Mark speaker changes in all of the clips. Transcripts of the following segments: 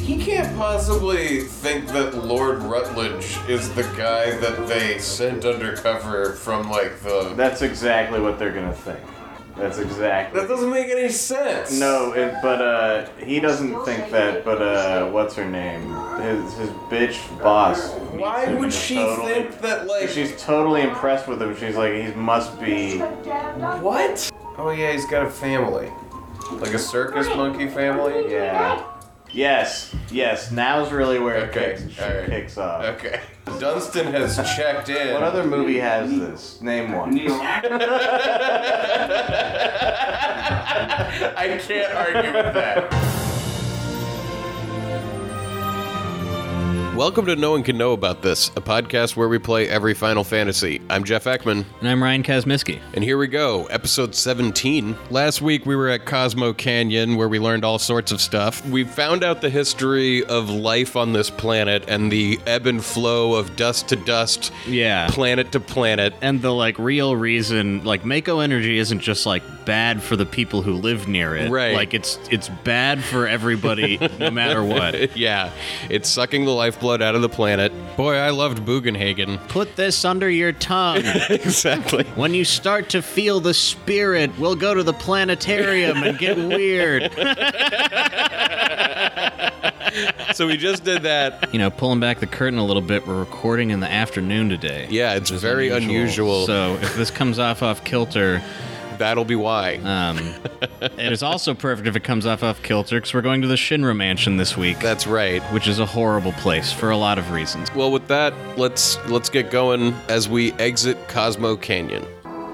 Speaker 1: He can't possibly think that Lord Rutledge is the guy that they sent undercover from, like, the.
Speaker 2: That's exactly what they're gonna think. That's exactly.
Speaker 1: That doesn't make any sense.
Speaker 2: No, it, but uh, he doesn't think that. But uh, what's her name? His his bitch boss. meets
Speaker 1: Why
Speaker 2: him and
Speaker 1: would
Speaker 2: is
Speaker 1: she
Speaker 2: totally-
Speaker 1: think that, like.
Speaker 2: She's totally impressed with him. She's like, he must be.
Speaker 1: What? Oh, yeah, he's got a family. Like a circus monkey family?
Speaker 2: Yeah. Yes. Yes. Now's really where it
Speaker 1: Okay,
Speaker 2: kicks,
Speaker 1: all right.
Speaker 2: kicks off.
Speaker 1: Okay. Dunstan has checked in.
Speaker 2: What other movie has this? Name one.
Speaker 1: I can't argue with that. Welcome to No One Can Know About This, a podcast where we play every Final Fantasy. I'm Jeff Ekman,
Speaker 3: And I'm Ryan Kazmiski.
Speaker 1: and here we go, episode 17. Last week we were at Cosmo Canyon where we learned all sorts of stuff. We found out the history of life on this planet and the ebb and flow of dust to dust,
Speaker 3: Yeah.
Speaker 1: planet to planet.
Speaker 3: And the like real reason like Mako energy isn't just like bad for the people who live near it.
Speaker 1: Right.
Speaker 3: Like it's it's bad for everybody no matter what.
Speaker 1: yeah, it's sucking the lifeblood out of the planet. Boy, I loved Bugenhagen.
Speaker 3: Put this under your tongue.
Speaker 1: exactly.
Speaker 3: When you start to feel the spirit, we'll go to the planetarium and get weird.
Speaker 1: So we just did that.
Speaker 3: You know, pulling back the curtain a little bit, we're recording in the afternoon today.
Speaker 1: Yeah, it's very unusual.
Speaker 3: So if this comes off off kilter,
Speaker 1: That'll be why.
Speaker 3: um, it is also perfect if it comes off off kilter because we're going to the Shinra Mansion this week.
Speaker 1: That's right.
Speaker 3: which is a horrible place for a lot of reasons.
Speaker 1: Well, with that, let's let's get going as we exit Cosmo Canyon.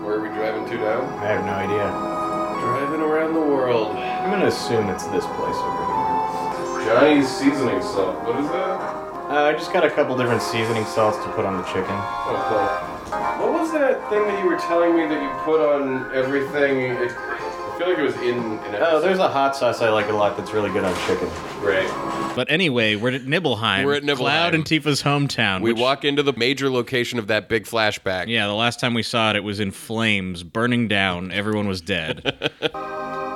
Speaker 1: Where are we driving to now?
Speaker 2: I have no idea.
Speaker 1: Driving around the world.
Speaker 2: I'm gonna assume it's this place over here.
Speaker 1: Johnny's seasoning salt. What is that?
Speaker 2: Uh, I just got a couple different seasoning salts to put on the chicken.
Speaker 1: What was that thing that you were telling me that you put on everything? It, I feel like it was in. in
Speaker 2: Oh, there's a hot sauce I like a lot that's really good on chicken.
Speaker 1: right.
Speaker 3: But anyway, we're at Nibelheim.
Speaker 1: We're at Nibelheim.
Speaker 3: Cloud and Tifa's hometown.
Speaker 1: We
Speaker 3: which-
Speaker 1: walk into the major location of that big flashback.
Speaker 3: Yeah, the last time we saw it, it was in flames, burning down. Everyone was dead.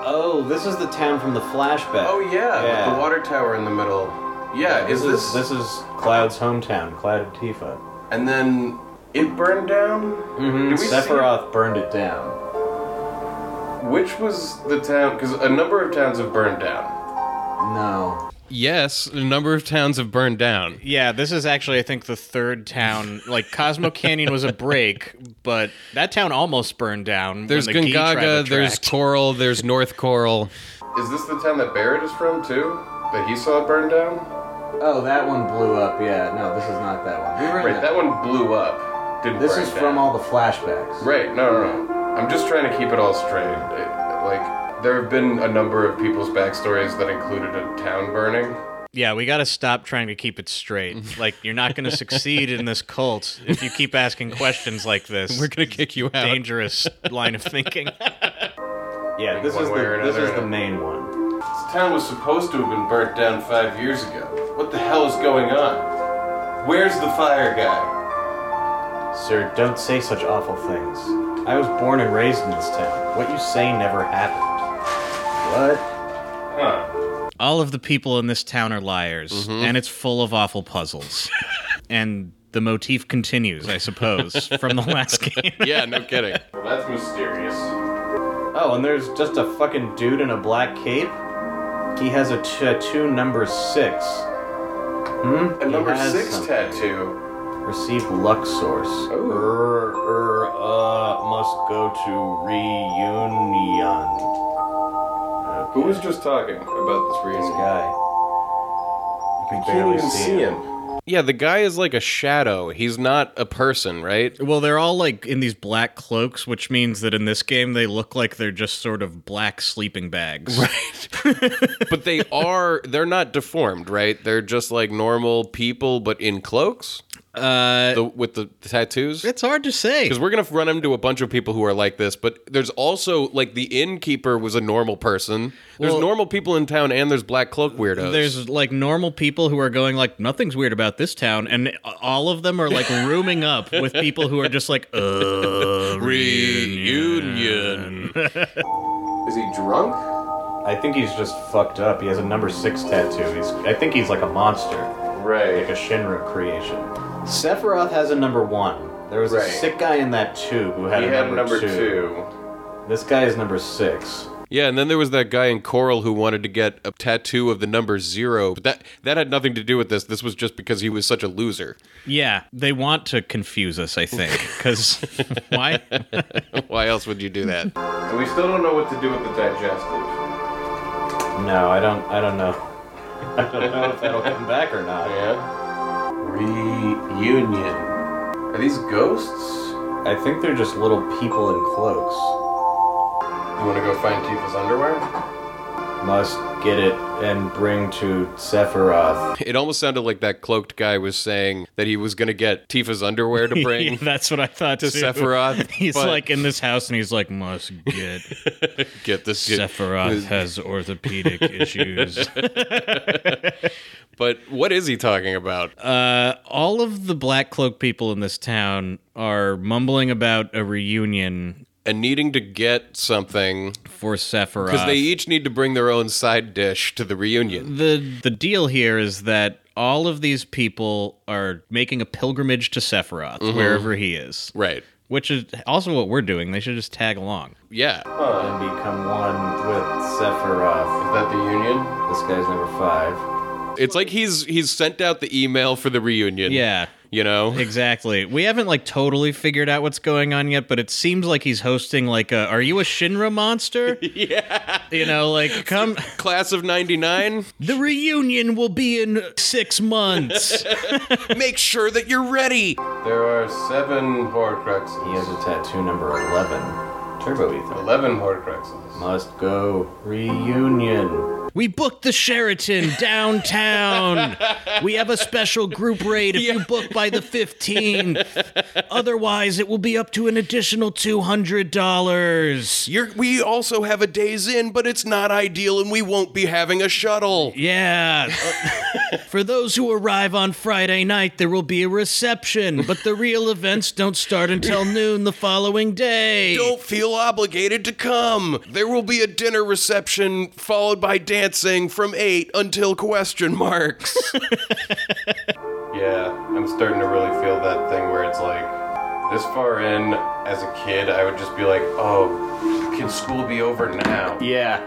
Speaker 2: Oh, this is the town from the flashback.
Speaker 1: Oh yeah, with
Speaker 2: Yeah.
Speaker 1: the water tower in the middle. Yeah, is this,
Speaker 2: this is Cloud's hometown, Cloud of Tifa.
Speaker 1: And then it burned down. Did we see-
Speaker 2: Sephiroth burned it down.
Speaker 1: which was the town? Because a number of towns have burned down.
Speaker 2: No.
Speaker 1: Yes, a number of towns have burned down.
Speaker 3: yeah, this is actually, I think, the third town. Like, Cosmo Canyon was a break, but that town almost burned down.
Speaker 4: There's
Speaker 3: when the Gi tried to
Speaker 4: Gungaga, there's
Speaker 3: attract.
Speaker 4: Coral, there's North Coral.
Speaker 1: Is this the town that Barrett is from too? That he saw burn down?
Speaker 2: Oh, that one blew up. Yeah, no, this is not that one. We were in
Speaker 1: Right, that one blew up. Didn't
Speaker 2: This
Speaker 1: burn
Speaker 2: is
Speaker 1: down.
Speaker 2: from all the flashbacks.
Speaker 1: Right, no, no, no. I'm just trying to keep it all straight. It- like, there have been a number of people's backstories that included a town burning.
Speaker 3: Yeah, we got to stop trying to keep it
Speaker 4: Mm-hmm.
Speaker 3: straight. Like, you're not going to succeed in this cult if you keep asking questions like this.
Speaker 4: We're gonna kick you out.
Speaker 3: Dangerous line of thinking.
Speaker 2: Yeah, this
Speaker 1: One
Speaker 2: is
Speaker 1: way or
Speaker 2: the this
Speaker 1: another,
Speaker 2: is
Speaker 1: yeah.
Speaker 2: the main one.
Speaker 1: This town was supposed to have been burnt down five years ago. What the hell is going on? Where's the fire guy?
Speaker 2: Sir, don't say such awful things. I was born and raised in this town. What you say never happened. What?
Speaker 1: Huh.
Speaker 3: all of the people in this town are liars, and it's full of awful puzzles. and the motif continues, I suppose, from the last game.
Speaker 4: Yeah, no kidding.
Speaker 1: Well, that's mysterious.
Speaker 2: Oh, and there's just a fucking dude in a black cape. He has a tattoo number six. Hmm.
Speaker 1: A number
Speaker 2: has
Speaker 1: six
Speaker 2: something.
Speaker 1: tattoo.
Speaker 2: Received luck source.
Speaker 1: Ooh.
Speaker 2: Er, er, uh, must go to reunion.
Speaker 1: Who was just talking about this
Speaker 2: This
Speaker 1: reunion?
Speaker 2: guy. You can barely
Speaker 4: Yeah, the guy is like a shadow. He's not a person, right?
Speaker 3: Well, they're all like in these black cloaks, which means that in this game they look like they're just sort of black sleeping bags.
Speaker 4: But they are they're not deformed, right? They're just like normal people but in cloaks
Speaker 3: Uh,
Speaker 4: the, with the tattoos.
Speaker 3: it's hard to say.
Speaker 4: Because we're gonna run into a bunch of people who are like this, but there's also like the innkeeper was a normal person. There's
Speaker 3: Well-
Speaker 4: normal people in town, and there's black cloak weirdos.
Speaker 3: There's like normal people who are going like nothing's weird about this town, and all of them are like rooming up with people who are just like, uh,
Speaker 4: reunion.
Speaker 1: Is he drunk?
Speaker 5: I think he's just fucked up. He has a number six tattoo. He's, I think he's like a monster, like a
Speaker 1: Right.
Speaker 5: Shinra creation. Sephiroth has a number one. There was
Speaker 1: Right.
Speaker 5: a sick guy in that tube who had,
Speaker 1: He
Speaker 5: a,
Speaker 1: had
Speaker 5: number
Speaker 1: number
Speaker 5: two.
Speaker 1: two.
Speaker 5: This guy is number six.
Speaker 2: Yeah, and then there was that guy in Coral who wanted to get a tattoo of the number zero. But that that had nothing to do with this. This was just because he was such a loser.
Speaker 3: Yeah, they want to confuse us, I think. Because why?
Speaker 2: Why else would you do that?
Speaker 1: And we still don't know what to do with the digestive.
Speaker 5: No, I don't. I don't know. I don't know if that'll come back or not.
Speaker 1: Yeah. Reunion. Are these ghosts?
Speaker 5: I think they're just little people in cloaks.
Speaker 1: You want to go find Tifa's underwear?
Speaker 5: Must get it and bring to Sephiroth.
Speaker 2: It almost sounded like that cloaked guy was saying that he was going to get Tifa's underwear to
Speaker 3: Yeah,
Speaker 2: bring.
Speaker 3: that's what I thought
Speaker 2: To
Speaker 3: too.
Speaker 2: Sephiroth,
Speaker 3: He's
Speaker 2: but-
Speaker 3: like in this house and he's like, must get.
Speaker 2: Get this shit.
Speaker 3: Sephiroth has orthopedic issues.
Speaker 2: But what is he talking about?
Speaker 3: Uh, all of the Black Cloak people in this town are mumbling about a reunion
Speaker 2: and needing to get something
Speaker 3: for Sephiroth.
Speaker 2: because they each need to bring their own side dish to the reunion.
Speaker 3: the the deal here is that all of these people are making a pilgrimage to Sephiroth wherever he is,
Speaker 2: Right.
Speaker 3: which is also what we're doing. They should just tag along.
Speaker 2: Yeah.
Speaker 5: And become one with Sephiroth.
Speaker 1: Is that the union?
Speaker 5: This guy's number five.
Speaker 2: It's like he's he's sent out the email for the reunion.
Speaker 3: Yeah.
Speaker 2: You know?
Speaker 3: Exactly. We haven't like totally figured out what's going on yet, but it seems like he's hosting like a "Are you a Shinra monster?" yeah. You know, like come
Speaker 2: Class of 99,
Speaker 3: The reunion will be in six months.
Speaker 2: make sure that you're ready.
Speaker 1: There are seven
Speaker 5: He has
Speaker 1: Horcruxes.
Speaker 5: a tattoo number eleven. Turbo Ether.
Speaker 1: Eleven Horcruxes.
Speaker 5: Must go reunion.
Speaker 3: we booked the Sheraton downtown. We have a special group rate if you book by the 15th. Otherwise, it will be up to an additional $200.
Speaker 2: You're, we also have a days in, but it's not ideal and we won't be having a shuttle.
Speaker 3: Yeah. For those who arrive on Friday night, there will be a reception, but the real events don't start until noon the following day.
Speaker 2: Don't feel obligated to come. There will be a dinner reception followed by dancing from 8 until question marks.
Speaker 1: Yeah, I'm starting to really feel that thing where it's like, this far in, as a kid, I would just be like, oh, can school be over now?
Speaker 5: Yeah.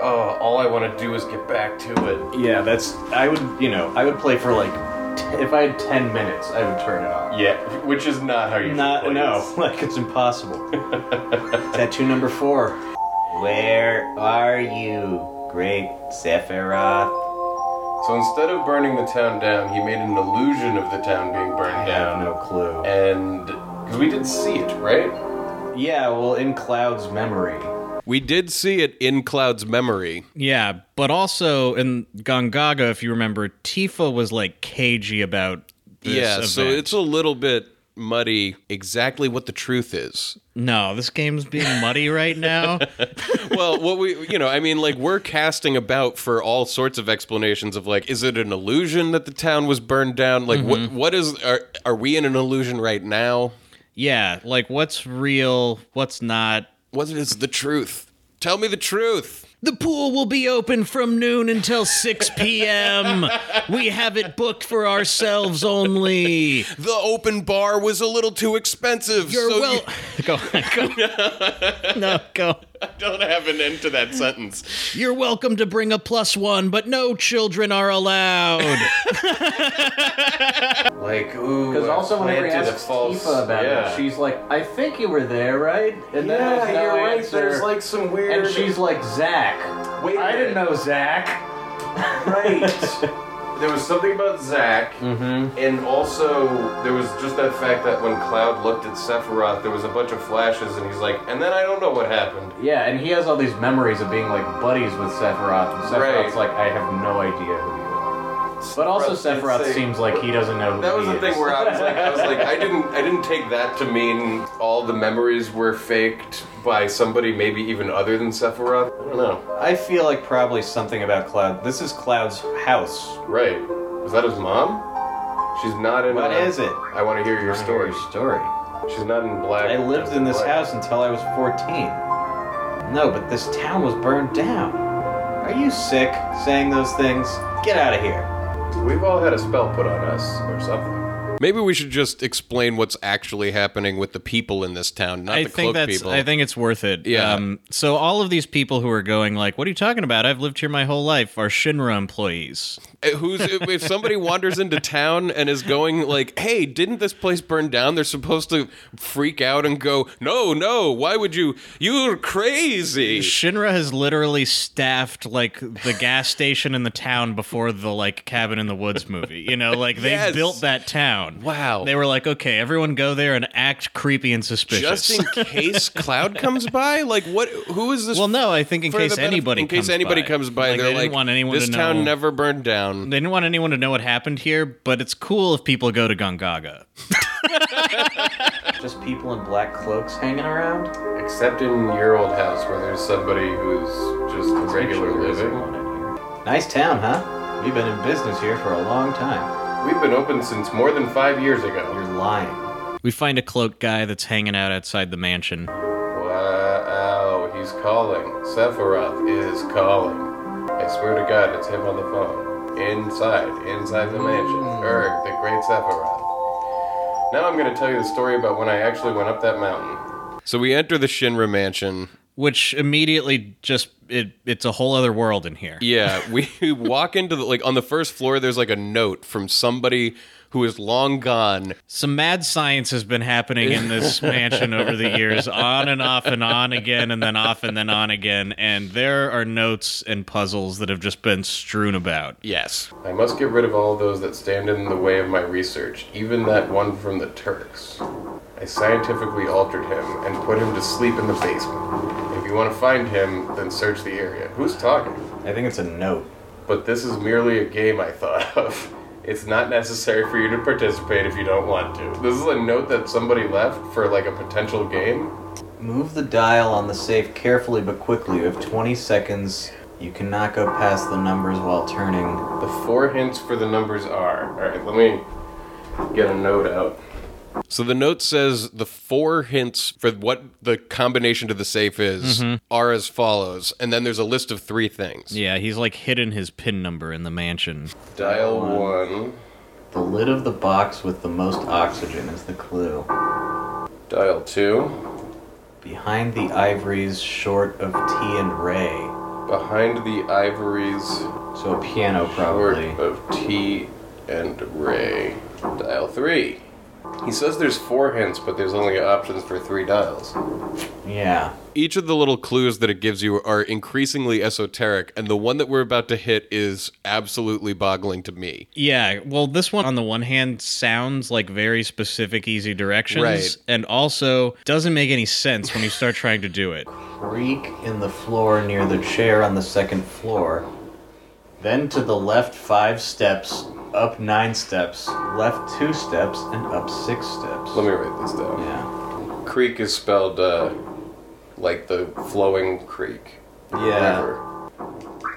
Speaker 1: Oh, all I want to do is get back to it.
Speaker 5: yeah, that's. I would, you know, I would play for like. T- if I had ten minutes, I would turn it off.
Speaker 1: Yeah, which is not how you should
Speaker 5: Not
Speaker 1: play
Speaker 5: no, like it's impossible. Tattoo number four. Where are you, great Sephiroth?
Speaker 1: So instead of burning the town down, he made an illusion of the town being
Speaker 5: I
Speaker 1: burned
Speaker 5: have
Speaker 1: down.
Speaker 5: no clue.
Speaker 1: And because we did see it, right?
Speaker 5: Yeah, well, in Cloud's memory.
Speaker 2: we did see it in Cloud's memory.
Speaker 3: Yeah, but also in Gongaga, if you remember, Tifa was like cagey about this.
Speaker 2: yeah, so
Speaker 3: event.
Speaker 2: it's a little bit muddy exactly what the truth is.
Speaker 3: no, this game's being muddy right now.
Speaker 2: well, what we, you know, I mean, like, we're casting about for all sorts of explanations of, like, is it an illusion that the town was burned down? Like, what,
Speaker 3: Mm-hmm.
Speaker 2: what is, are, are we in an illusion right now?
Speaker 3: yeah, like what's real, what's not.
Speaker 2: What is the truth? Tell me the truth.
Speaker 3: The pool will be open from noon until 6 p.m. we have it booked for ourselves only.
Speaker 2: The open bar was a little too expensive.
Speaker 3: You're
Speaker 2: so
Speaker 3: well. go, go. No, go.
Speaker 2: you don't have an end to that sentence.
Speaker 3: You're welcome to bring a plus one, but no children are allowed.
Speaker 1: Like, ooh.
Speaker 5: Because
Speaker 1: I
Speaker 5: also whenever he
Speaker 1: planted a
Speaker 5: asks
Speaker 1: false-
Speaker 5: Tifa about
Speaker 1: yeah.
Speaker 5: it, she's like, "I think you were there, right?" And then there's no answer.
Speaker 1: some weird.
Speaker 5: and she's like, "Zach,
Speaker 1: Wait a
Speaker 5: I didn't
Speaker 1: minute."
Speaker 5: know Zach."
Speaker 1: right. there was something about Zack, and also there was just that fact that when Cloud looked at Sephiroth, there was a bunch of flashes, and he's like, and then I don't know what happened.
Speaker 5: Yeah, and he has all these memories of being like buddies with Sephiroth, and Sephiroth's
Speaker 1: Right.
Speaker 5: like, "I have no idea who you are." But also,
Speaker 1: did
Speaker 5: Sephiroth
Speaker 1: say-
Speaker 5: seems like he doesn't know who
Speaker 1: That was
Speaker 5: he
Speaker 1: the thing
Speaker 5: is.
Speaker 1: where I was like, I was like, I didn't, I didn't take that to mean all the memories were faked by somebody, maybe even other than Sephiroth. I don't know.
Speaker 5: I feel like probably something about Cloud. This is Cloud's house.
Speaker 1: Right? Was that his mom? She's not in.
Speaker 5: What
Speaker 1: uh,
Speaker 5: is it?
Speaker 1: I want to hear your story.
Speaker 5: story.
Speaker 1: She's not in black.
Speaker 5: I lived in this house until I was 14. No, but this town was burned down. Are you sick saying those things? Get out of here.
Speaker 1: We've all had a spell put on us or something.
Speaker 2: Maybe we should just explain what's actually happening with the people in this town, not
Speaker 3: I
Speaker 2: the
Speaker 3: think
Speaker 2: cloak
Speaker 3: that's.
Speaker 2: people.
Speaker 3: I think it's worth it. Um,
Speaker 2: Yeah.
Speaker 3: so all of these people who are going like, "What are you talking about? I've lived here my whole life," are Shinra employees.
Speaker 2: Uh, Who's if if somebody wanders into town and is going like, "Hey, didn't this place burn down?" They're supposed to freak out and go, "No, no, why would you? You're crazy."
Speaker 3: Shinra has literally staffed like the gas station in the town before the like Cabin in the Woods movie. You know, like they
Speaker 2: Yes.
Speaker 3: built that town.
Speaker 2: Wow.
Speaker 3: They were like, okay, everyone go there and act creepy and suspicious.
Speaker 2: Just in case Cloud comes by, like what? Who is this?
Speaker 3: well, no, I think in
Speaker 2: for the
Speaker 3: case
Speaker 2: benefit-
Speaker 3: anybody
Speaker 2: in case
Speaker 3: comes
Speaker 2: anybody
Speaker 3: by,
Speaker 2: comes by,
Speaker 3: like,
Speaker 2: they're
Speaker 3: they didn't
Speaker 2: like,
Speaker 3: want anyone
Speaker 2: "This
Speaker 3: to
Speaker 2: town
Speaker 3: know.
Speaker 2: never burned down."
Speaker 3: They didn't want anyone to know what happened here, but it's cool if people go to Gongaga.
Speaker 5: Just people in black cloaks hanging around?
Speaker 1: Except in your old house where there's somebody who's just regular
Speaker 5: Actually, there is
Speaker 1: living.
Speaker 5: one in here. Nice town, huh? We've been in business here for a long time.
Speaker 1: We've been open since more than five years ago.
Speaker 5: You're lying.
Speaker 3: We find a cloaked guy that's hanging out outside the mansion.
Speaker 1: Wow, he's calling. Sephiroth is calling. I swear to God, it's him on the phone. Inside, inside the mansion. Erg, the great Sephiroth. Now I'm going to tell you the story about when I actually went up that mountain.
Speaker 2: So we enter the Shinra mansion.
Speaker 3: Which immediately just it it's a whole other world in here.
Speaker 2: Yeah, we walk into the like on the first floor. There's like a note from somebody who is long gone.
Speaker 3: Some mad science has been happening in this mansion over the years, on and off and on again, and then off and then on again. And there are notes and puzzles that have just been strewn about.
Speaker 2: Yes,
Speaker 1: I must get rid of all those that stand in the way of my research, even that one from the Turks. I scientifically altered him and put him to sleep in the basement. If you want to find him, then search the area. Who's talking?
Speaker 5: I think it's a note.
Speaker 1: But this is merely a game I thought of. It's not necessary for you to participate if you don't want to. This is a note that somebody left for like a potential game.
Speaker 5: Move the dial on the safe carefully but quickly. You have 20 seconds. You cannot go past the numbers while turning.
Speaker 1: The four hints for the numbers are. Alright, let me get a note out.
Speaker 2: So the note says the four hints for what the combination to the safe is
Speaker 1: Mm-hmm.
Speaker 2: are as follows, and then there's a list of three things.
Speaker 3: Yeah, he's like hidden his pin number in the mansion.
Speaker 1: Dial one,
Speaker 5: The lid of the box with the most oxygen is the clue.
Speaker 1: dial two,
Speaker 5: Behind the ivories, short of tea and ray.
Speaker 1: behind the ivories,
Speaker 5: So a piano,
Speaker 1: Word
Speaker 5: probably.
Speaker 1: of T and Ray. Dial three. He says there's four hints, but there's only options for three dials.
Speaker 5: Yeah.
Speaker 2: Each of the little clues that it gives you are increasingly esoteric, and the one that we're about to hit is absolutely boggling to me.
Speaker 3: Yeah, well, this one on the one hand sounds like very specific, easy directions,
Speaker 2: Right.
Speaker 3: and also doesn't make any sense when you start trying to do it.
Speaker 5: Creak in the floor near the chair on the second floor. Then to the left five steps, up nine steps, left two steps, and up six steps.
Speaker 1: Let me write this down.
Speaker 5: Yeah.
Speaker 1: Creek is spelled uh, like the flowing creek.
Speaker 5: Yeah.
Speaker 1: River.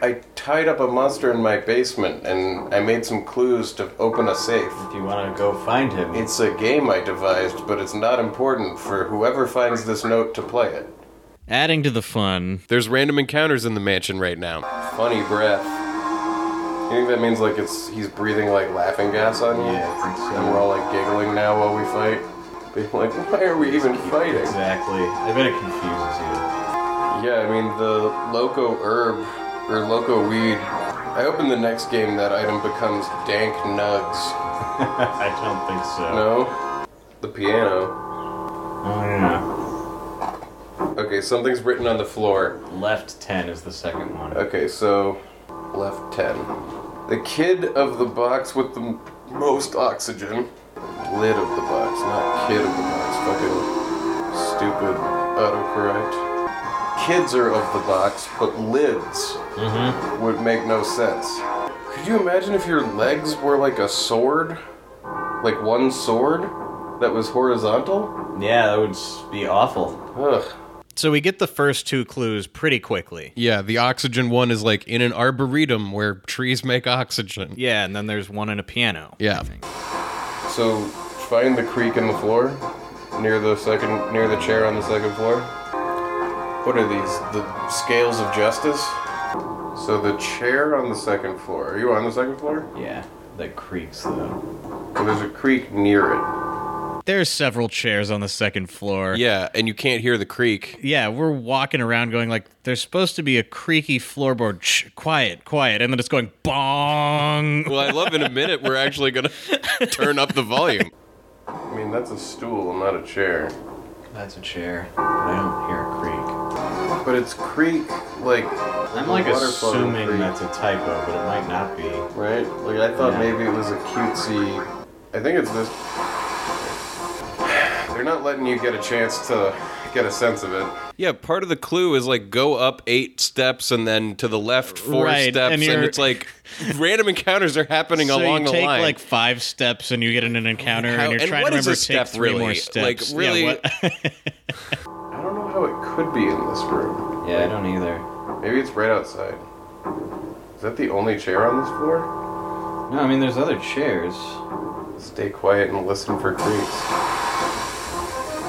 Speaker 1: I tied up a monster in my basement, and I made some clues to open a safe.
Speaker 5: If you want to go find him,
Speaker 1: It's a game I devised, but it's not important for whoever finds this note to play it.
Speaker 3: Adding to the fun,
Speaker 2: There's random encounters in the mansion right now.
Speaker 1: Funny breath. You think that means like it's he's breathing like laughing gas on you?
Speaker 5: Yeah, I think so.
Speaker 1: And we're all like giggling now while we fight. Being like, why are we even fighting?
Speaker 5: exactly. I bet it confuses
Speaker 1: Yeah, I mean the loco herb or loco weed. I hope in the next game that item becomes dank nugs.
Speaker 5: you. I don't think so.
Speaker 1: No? The piano.
Speaker 5: Oh, yeah.
Speaker 1: Okay, something's written on the floor.
Speaker 5: Left 10 is the second one.
Speaker 1: Okay, so left 10. The kid of the box with the m- most oxygen. Lid of the box, not kid of the box. Fucking stupid autocorrect. Kids are of the box, but lids
Speaker 2: Mm-hmm.
Speaker 1: would make no sense. Could you imagine if your legs were like a sword? Like one sword that was horizontal?
Speaker 5: Yeah, that would s- be awful.
Speaker 1: Ugh.
Speaker 3: so we get the first two clues pretty quickly.
Speaker 2: Yeah, the oxygen one is like in an arboretum where trees make oxygen.
Speaker 3: Yeah, and then there's one in a piano.
Speaker 2: Yeah.
Speaker 1: So find the creek in the floor, near the second, near the chair on the second floor. What are these? The scales of justice? So the chair on the second floor. Are you on the second floor?
Speaker 5: Yeah, that creaks though.
Speaker 1: Well, there's a creek near it.
Speaker 3: There's several chairs on the second floor.
Speaker 2: Yeah, and you can't hear the creak.
Speaker 3: Yeah, we're walking around going like there's supposed to be a creaky floorboard. Shh, quiet, quiet, and then it's going bong.
Speaker 2: Well, I love in a minute we're actually going to turn up the volume.
Speaker 1: I mean, that's a stool, not a chair.
Speaker 5: That's a chair. But I don't hear a creak.
Speaker 1: But it's creek, like.
Speaker 5: I'm like
Speaker 1: waterfall
Speaker 5: assuming
Speaker 1: creek,
Speaker 5: that's a typo, but it might not be.
Speaker 1: Right? Like, I thought
Speaker 5: Yeah.
Speaker 1: maybe it was a cutesy. I think it's this. They're not letting you get a chance to get a sense of it.
Speaker 2: Yeah, part of the clue is like go up eight steps and then to the left four
Speaker 3: Right,
Speaker 2: steps,
Speaker 3: and
Speaker 2: and,
Speaker 3: you're-
Speaker 2: it's like random encounters are happening
Speaker 3: so
Speaker 2: along
Speaker 3: you
Speaker 2: the
Speaker 3: take
Speaker 2: line.
Speaker 3: like five steps and you get in an encounter
Speaker 2: How-
Speaker 3: and you're
Speaker 2: and
Speaker 3: trying
Speaker 2: what
Speaker 3: to
Speaker 2: is a
Speaker 3: remember to
Speaker 2: step,
Speaker 3: take three
Speaker 2: really?
Speaker 3: more
Speaker 2: Like,
Speaker 3: steps.
Speaker 2: really-
Speaker 3: Yeah, what-
Speaker 1: I don't know how it could be in this room.
Speaker 5: Yeah, I don't either.
Speaker 1: Maybe it's right outside. Is that the only chair on this floor?
Speaker 5: No, I mean there's other chairs.
Speaker 1: Stay quiet and listen for creaks.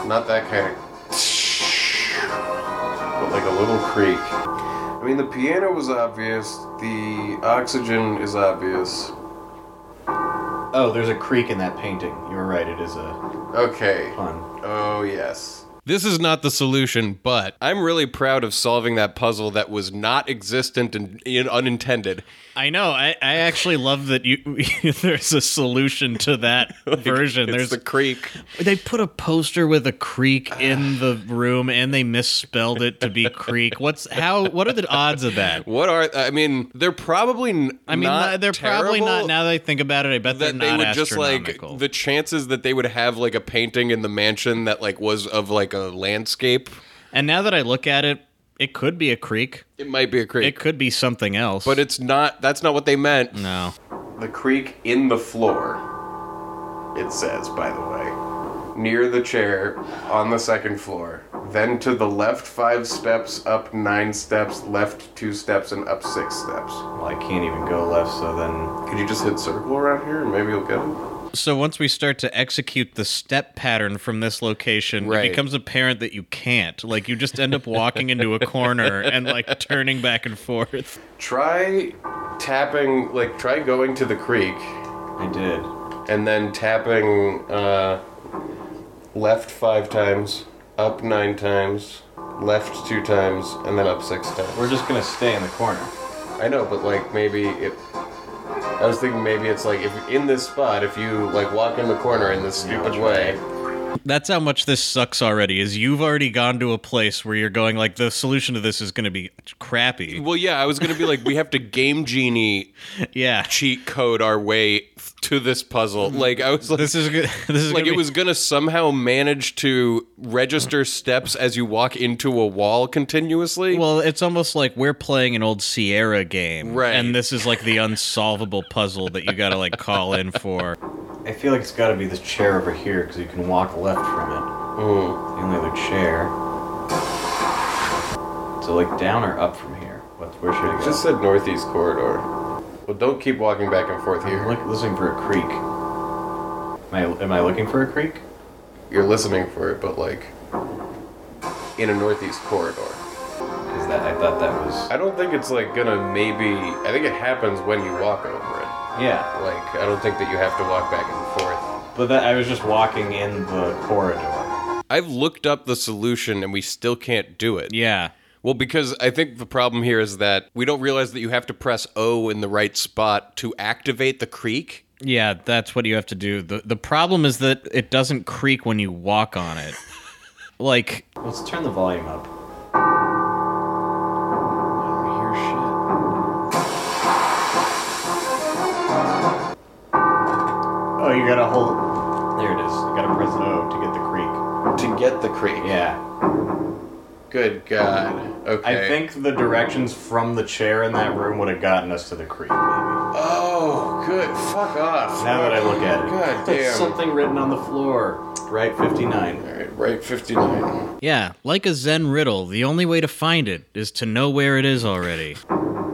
Speaker 1: Not that kind of. But like a little creak. I mean, the piano was obvious, the oxygen is obvious.
Speaker 5: Oh, there's a creak in that painting. You're right. It is a
Speaker 1: Okay.
Speaker 5: pun.
Speaker 1: Oh, yes.
Speaker 2: This is not the solution, but I'm really proud of solving that puzzle that was not existent and in, unintended.
Speaker 3: I know. I, I actually love that you. there's a solution to that version.
Speaker 2: It's
Speaker 3: There's
Speaker 2: the creek.
Speaker 3: They put a poster with a creek in the room and they misspelled it to be creek. What's how what are the odds of that?
Speaker 2: What are? I mean, they're probably. N-
Speaker 3: I mean,
Speaker 2: not
Speaker 3: they're probably not
Speaker 2: terrible
Speaker 3: now that I think about it. I bet
Speaker 2: That
Speaker 3: they're
Speaker 2: they
Speaker 3: not
Speaker 2: would just like
Speaker 3: astronomical.
Speaker 2: the chances that they would have like a painting in the mansion that like was of like a landscape.
Speaker 3: and now that I look at it, it could be a creek.
Speaker 2: It might be a creek,
Speaker 3: It could be something else.
Speaker 2: but it's not. That's not what they meant.
Speaker 3: no.
Speaker 1: The creak in the floor, it says, by the way. Near the chair on the second floor. Then to the left five steps, up nine steps, left two steps, and up six steps.
Speaker 5: Well, I can't even go left, so then
Speaker 1: Could you just hit circle around here and maybe you'll get it?
Speaker 3: So once we start to execute the step pattern from this location,
Speaker 2: Right.
Speaker 3: it becomes apparent that you can't. Like you just end up walking into a corner and like turning back and forth.
Speaker 1: Try tapping, like, try going to the creek
Speaker 5: I did.
Speaker 1: and then tapping uh, left five times, up nine times, left two times, and then up six times.
Speaker 5: We're just gonna stay in the corner.
Speaker 1: I know, but like maybe it. I was thinking maybe it's like if in this spot, if you like walk in the corner in this stupid way,
Speaker 3: That's how much this sucks already. Is you've already gone to a place where you're going like the solution to this is going to be crappy.
Speaker 2: Well, yeah, I was gonna be like, we have to game genie
Speaker 3: Yeah,
Speaker 2: cheat code our way to this puzzle. Like I was like,
Speaker 3: Mm-hmm. this is good. This is
Speaker 2: like
Speaker 3: gonna
Speaker 2: it
Speaker 3: be-
Speaker 2: was gonna somehow manage to register steps as you walk into a wall continuously.
Speaker 3: Well, it's almost like we're playing an old Sierra game,
Speaker 2: Right.
Speaker 3: And this is like the unsolvable puzzle that you got to like call in for.
Speaker 5: I feel like it's gotta be this chair over here because you can walk left from it.
Speaker 1: mm,
Speaker 5: The only other chair. So like down or up from here? What? Where should I
Speaker 1: it
Speaker 5: go?
Speaker 1: just said northeast corridor. Well, don't keep walking back and forth
Speaker 5: I'm
Speaker 1: here.
Speaker 5: look, listening for a creek. Am I, am I looking for a creek?
Speaker 1: You're listening for it, but like in a northeast corridor.
Speaker 5: Because that I thought that was
Speaker 1: I don't think it's like gonna maybe. I think it happens when you walk over it.
Speaker 5: yeah.
Speaker 1: Like I don't think that you have to walk back and forth.
Speaker 5: But that I was just walking in the corridor.
Speaker 2: I've looked up the solution and we still can't do it.
Speaker 3: Yeah,
Speaker 2: Well, because I think the problem here is that we don't realize that you have to press O in the right spot to activate the creek.
Speaker 3: yeah, that's what you have to do. the The problem is that it doesn't creak when you walk on it. Like
Speaker 5: Let's turn the volume up.
Speaker 1: I
Speaker 5: Oh, you gotta hold. There it is. You gotta press O to get the creek.
Speaker 1: don't hear shit. To get the creek.
Speaker 5: Yeah.
Speaker 1: Good God.
Speaker 5: I
Speaker 1: Okay.
Speaker 5: think the directions from the chair in that room would have gotten us to the creek, maybe.
Speaker 1: Oh, good. Fuck off.
Speaker 5: Now that I look at it.
Speaker 1: God
Speaker 5: There's
Speaker 1: damn.
Speaker 5: something written on the floor. Right, 59.
Speaker 1: Alright, right 59.
Speaker 3: Yeah, like a Zen riddle, the only way to find it is to know where it is already.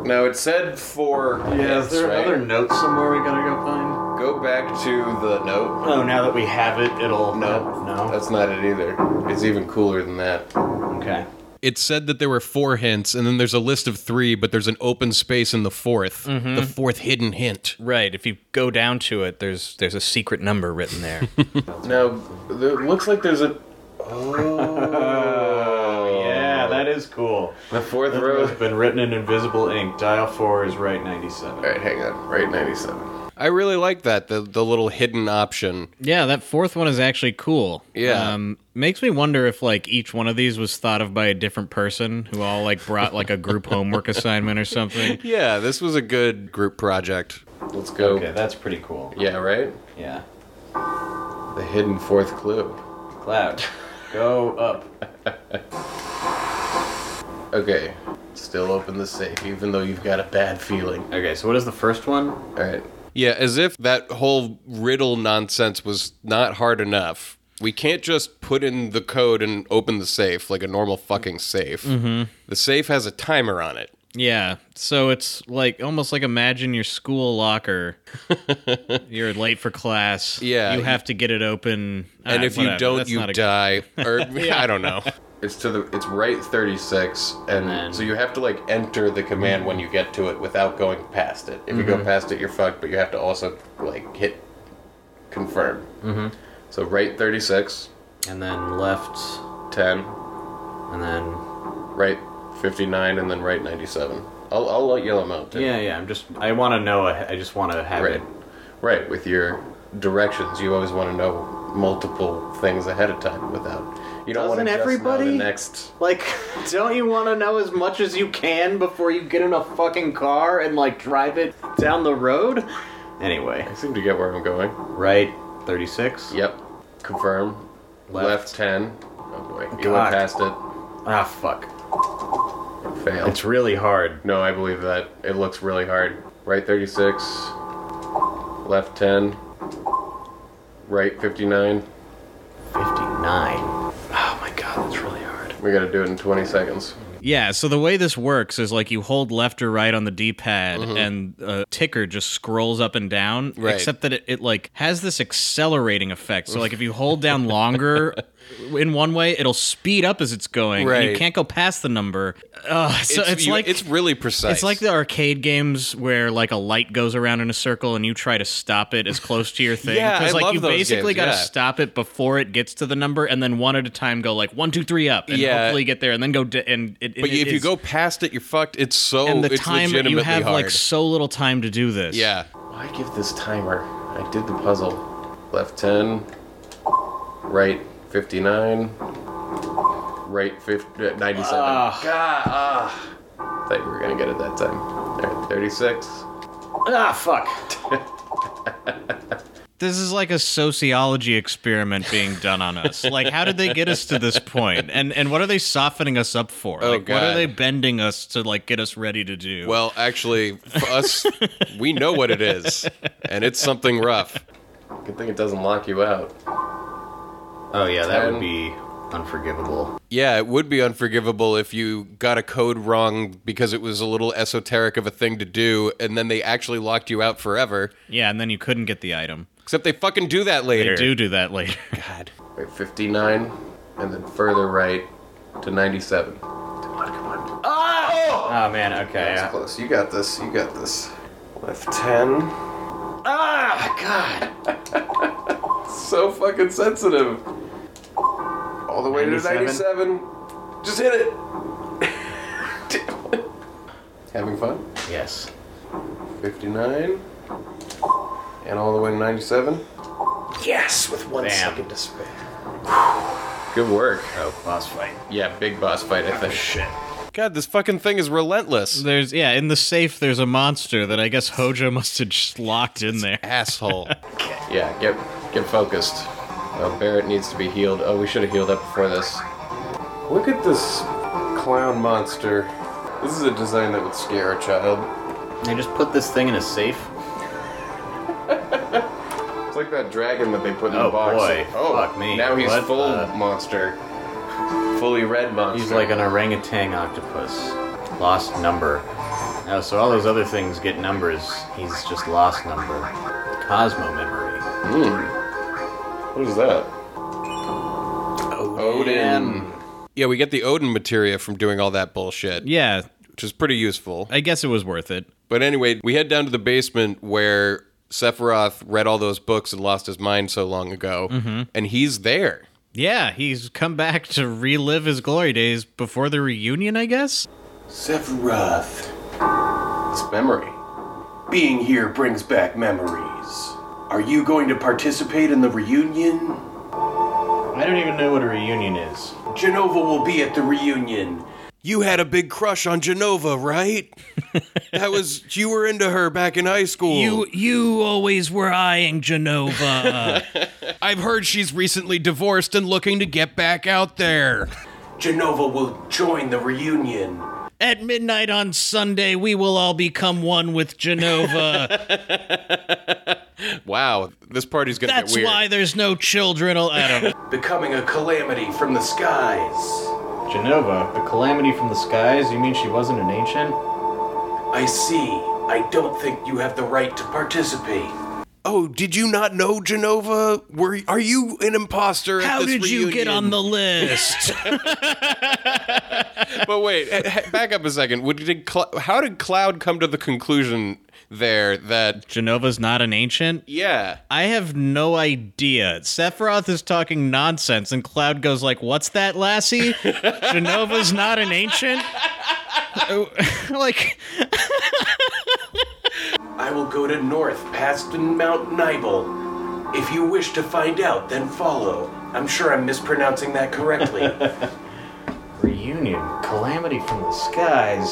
Speaker 1: Now it said four.
Speaker 5: Yeah,
Speaker 1: hits,
Speaker 5: is there
Speaker 1: right?
Speaker 5: another note somewhere we gotta go find?
Speaker 1: Go back to the note.
Speaker 5: Oh, now that we have it, it'll.
Speaker 1: No.
Speaker 5: No.
Speaker 1: That's not it either. It's even cooler than that.
Speaker 5: Okay. it said that there were four hints, and then there's a list of three, but there's an open space in the 4th the fourth hidden hint.
Speaker 3: Right. If you go down to it, there's there's a secret number written there.
Speaker 1: Now, there it looks like there's a. Oh.
Speaker 6: Yeah, that is cool.
Speaker 1: The fourth
Speaker 6: That
Speaker 1: row.
Speaker 6: has been written in invisible ink. Dial 4 is right 97.
Speaker 1: Alright, hang on. Right 97.
Speaker 5: I really like that, the, the little hidden option.
Speaker 3: yeah, that fourth one is actually cool.
Speaker 5: Yeah.
Speaker 3: Um, makes me wonder if like each one of these was thought of by a different person who all like brought like a group homework assignment or something.
Speaker 5: Yeah, this was a good group project.
Speaker 1: Let's go.
Speaker 6: Okay, that's pretty cool.
Speaker 1: Yeah, right?
Speaker 6: Yeah.
Speaker 1: The hidden fourth clue.
Speaker 6: Cloud, go up.
Speaker 1: Okay. Still open the safe, even though you've got a bad feeling.
Speaker 6: Okay, so what is the first one?
Speaker 1: Alright.
Speaker 5: Yeah, as if that whole riddle nonsense was not hard enough. We can't just put in the code and open the safe like a normal fucking safe. The safe has a timer on it.
Speaker 3: Yeah. So it's like almost like imagine your school locker. You're late for class.
Speaker 5: Yeah.
Speaker 3: You have to get it open.
Speaker 5: And
Speaker 3: Ah,
Speaker 5: if
Speaker 3: whatever,
Speaker 5: you don't,
Speaker 3: that's
Speaker 5: you
Speaker 3: not a-
Speaker 5: die. Or I don't know.
Speaker 1: It's to the it's right 36 and
Speaker 6: then-
Speaker 1: so you have to like enter the command when you get to it without going past it. If you
Speaker 3: Mm-hmm.
Speaker 1: go past it, you're fucked, but you have to also like hit confirm. Mm-hmm. So right 36,
Speaker 6: And then left,
Speaker 1: 10,
Speaker 6: and then.
Speaker 1: right 59 and then right 97. I'll I'll let yell them out. Too.
Speaker 6: Yeah, yeah, I'm just. I want to know. I I just want to have
Speaker 1: Right.
Speaker 6: it.
Speaker 1: Right, with your directions, you always want to know multiple things ahead of time without you don't want to
Speaker 6: Doesn't
Speaker 1: just know
Speaker 6: everybody?
Speaker 1: the next
Speaker 6: Like, don't you want to know as much as you can before you get in a fucking car and, like, drive it down the road? Anyway.
Speaker 1: I seem to get where I'm going.
Speaker 6: Right, 36?
Speaker 1: Yep. Confirm.
Speaker 6: Left.
Speaker 1: Left, 10. Oh boy. You
Speaker 6: God.
Speaker 1: went past it.
Speaker 6: Ah, fuck.
Speaker 1: Failed.
Speaker 6: It's really hard.
Speaker 1: no, I believe that. It looks really hard. Right 36. Left 10. Right 59.
Speaker 6: 59. Oh my god, that's really hard.
Speaker 1: We gotta do it in 20 seconds.
Speaker 3: Yeah, so the way this works is like you hold left or right on the D-pad and a ticker just scrolls up and down,
Speaker 5: Mm-hmm. Right.
Speaker 3: except that it, it like has this accelerating effect. So like if you hold down longer in one way, it'll speed up as it's going. and
Speaker 5: Right.
Speaker 3: you can't go past the number. Ugh, so it's,
Speaker 5: you-
Speaker 3: like
Speaker 5: it's really precise.
Speaker 3: It's like the arcade games where like a light goes around in a circle and you try to stop it as close to your thing.
Speaker 5: Yeah, I
Speaker 3: like
Speaker 5: love
Speaker 3: you
Speaker 5: those
Speaker 3: basically
Speaker 5: games,
Speaker 3: gotta
Speaker 5: yeah.
Speaker 3: stop it before it gets to the number and then one at a time go like one, two, three up and
Speaker 5: Yeah.
Speaker 3: hopefully get there and then go d- and it,
Speaker 5: but
Speaker 3: it
Speaker 5: if you
Speaker 3: is-
Speaker 5: go past it, you're fucked. It's so
Speaker 3: and the
Speaker 5: it's
Speaker 3: time you
Speaker 5: legitimately
Speaker 3: have
Speaker 5: hard.
Speaker 3: like so little time to do this.
Speaker 5: yeah.
Speaker 1: Why give this timer? I did the puzzle. Left 10. Right 59. Right 50, uh, 97.
Speaker 6: Ah.
Speaker 1: God, ah. Thought you were gonna get it that time. Alright, 36.
Speaker 6: Ah, fuck.
Speaker 3: This is like a sociology experiment being done on us. like how did they get us to this point? And and what are they softening us up for?
Speaker 5: Oh,
Speaker 3: like what are
Speaker 5: God.
Speaker 3: they bending us to like get us ready to do?
Speaker 5: Well, actually, for us, we know what it is, and it's something rough.
Speaker 1: Good thing it doesn't lock you out.
Speaker 6: Oh yeah, that would
Speaker 1: Ten.
Speaker 6: be unforgivable.
Speaker 5: Yeah, it would be unforgivable if you got a code wrong because it was a little esoteric of a thing to do, and then they actually locked you out forever.
Speaker 3: yeah, and then you couldn't get the item.
Speaker 5: Except they fucking do that
Speaker 3: They
Speaker 5: later.
Speaker 3: do do that later.
Speaker 5: God.
Speaker 1: Right, 59, and then further right to 97. Come on, come on.
Speaker 6: Oh man, okay.
Speaker 1: That's
Speaker 6: yeah.
Speaker 1: close. You got this. You got this. Left 10. Ah, God. so fucking sensitive. All the way
Speaker 6: 97.
Speaker 1: to 97. Just hit it. Damn it. Having fun?
Speaker 6: Yes.
Speaker 1: 59. And all the way to 97. Yes, with one
Speaker 6: Bam.
Speaker 1: second to spare. Good work.
Speaker 6: Oh, boss fight.
Speaker 1: Yeah, big boss fight, I think.
Speaker 6: Shit.
Speaker 5: God, this fucking thing is relentless.
Speaker 3: There's yeah, in the safe there's a monster that I guess Hojo must have just locked in there.
Speaker 5: Asshole.
Speaker 1: Yeah, get get focused. Oh, Barrett needs to be healed. Oh, we should have healed up before this. Look at this clown monster. This is a design that would scare a child.
Speaker 6: They just put this thing in a safe.
Speaker 1: It's like that dragon that they put in
Speaker 6: Oh,
Speaker 1: the box.
Speaker 6: boy.
Speaker 1: Oh,
Speaker 6: Fuck me.
Speaker 1: Now he's
Speaker 6: What
Speaker 1: full
Speaker 6: the-
Speaker 1: monster. Fully red monster.
Speaker 6: He's like an orangutan octopus. Lost number. Now, so all those other things get numbers. He's just lost number. Cosmo memory.
Speaker 1: Hmm. What is that?
Speaker 6: Odin.
Speaker 1: Odin. Yeah, we get the Odin materia from doing all that bullshit,
Speaker 3: Yeah,
Speaker 1: which is pretty useful.
Speaker 3: I guess it was worth it.
Speaker 1: But anyway, we head down to the basement where Sephiroth read all those books and lost his mind so long ago,
Speaker 7: Mm-hmm.
Speaker 1: and he's there.
Speaker 3: Yeah, he's come back to relive his glory days before the reunion, I guess?
Speaker 8: Sephiroth. It's memory. Being here brings back memories. Are you going to participate in the reunion?
Speaker 5: I don't even know what a reunion is.
Speaker 8: Genova will be at the reunion.
Speaker 1: You had a big crush on Genova, right? that was you were into her back in high school.
Speaker 7: You you always were eyeing Genova.
Speaker 1: I've heard she's recently divorced and looking to get back out there.
Speaker 8: Genova will join the reunion.
Speaker 7: At midnight on Sunday, we will all become one with Genova.
Speaker 1: Wow, this party's gonna
Speaker 7: That's
Speaker 1: get weird.
Speaker 7: why there's no children. al- I don't know.
Speaker 8: Becoming a calamity from the skies.
Speaker 5: Genova, the calamity from the skies? You mean she wasn't an ancient?
Speaker 8: I see. I don't think you have the right to participate.
Speaker 1: oh, did you not know Genova? Were are you an imposter? at
Speaker 7: How
Speaker 1: this
Speaker 7: did you get
Speaker 1: reunion?
Speaker 7: on the list?
Speaker 1: But wait, h- h- back up a second. Would, did Cl- how did Cloud come to the conclusion there that
Speaker 3: Genova's not an ancient?
Speaker 1: yeah?
Speaker 3: I have no idea. Sephiroth is talking nonsense, and Cloud goes like, "What's that, Lassie? Genova's not an ancient." like,
Speaker 8: I will go to north past Mount Nibel. If you wish to find out, then follow. I'm sure I'm mispronouncing that correctly.
Speaker 5: Reunion? Calamity from the skies?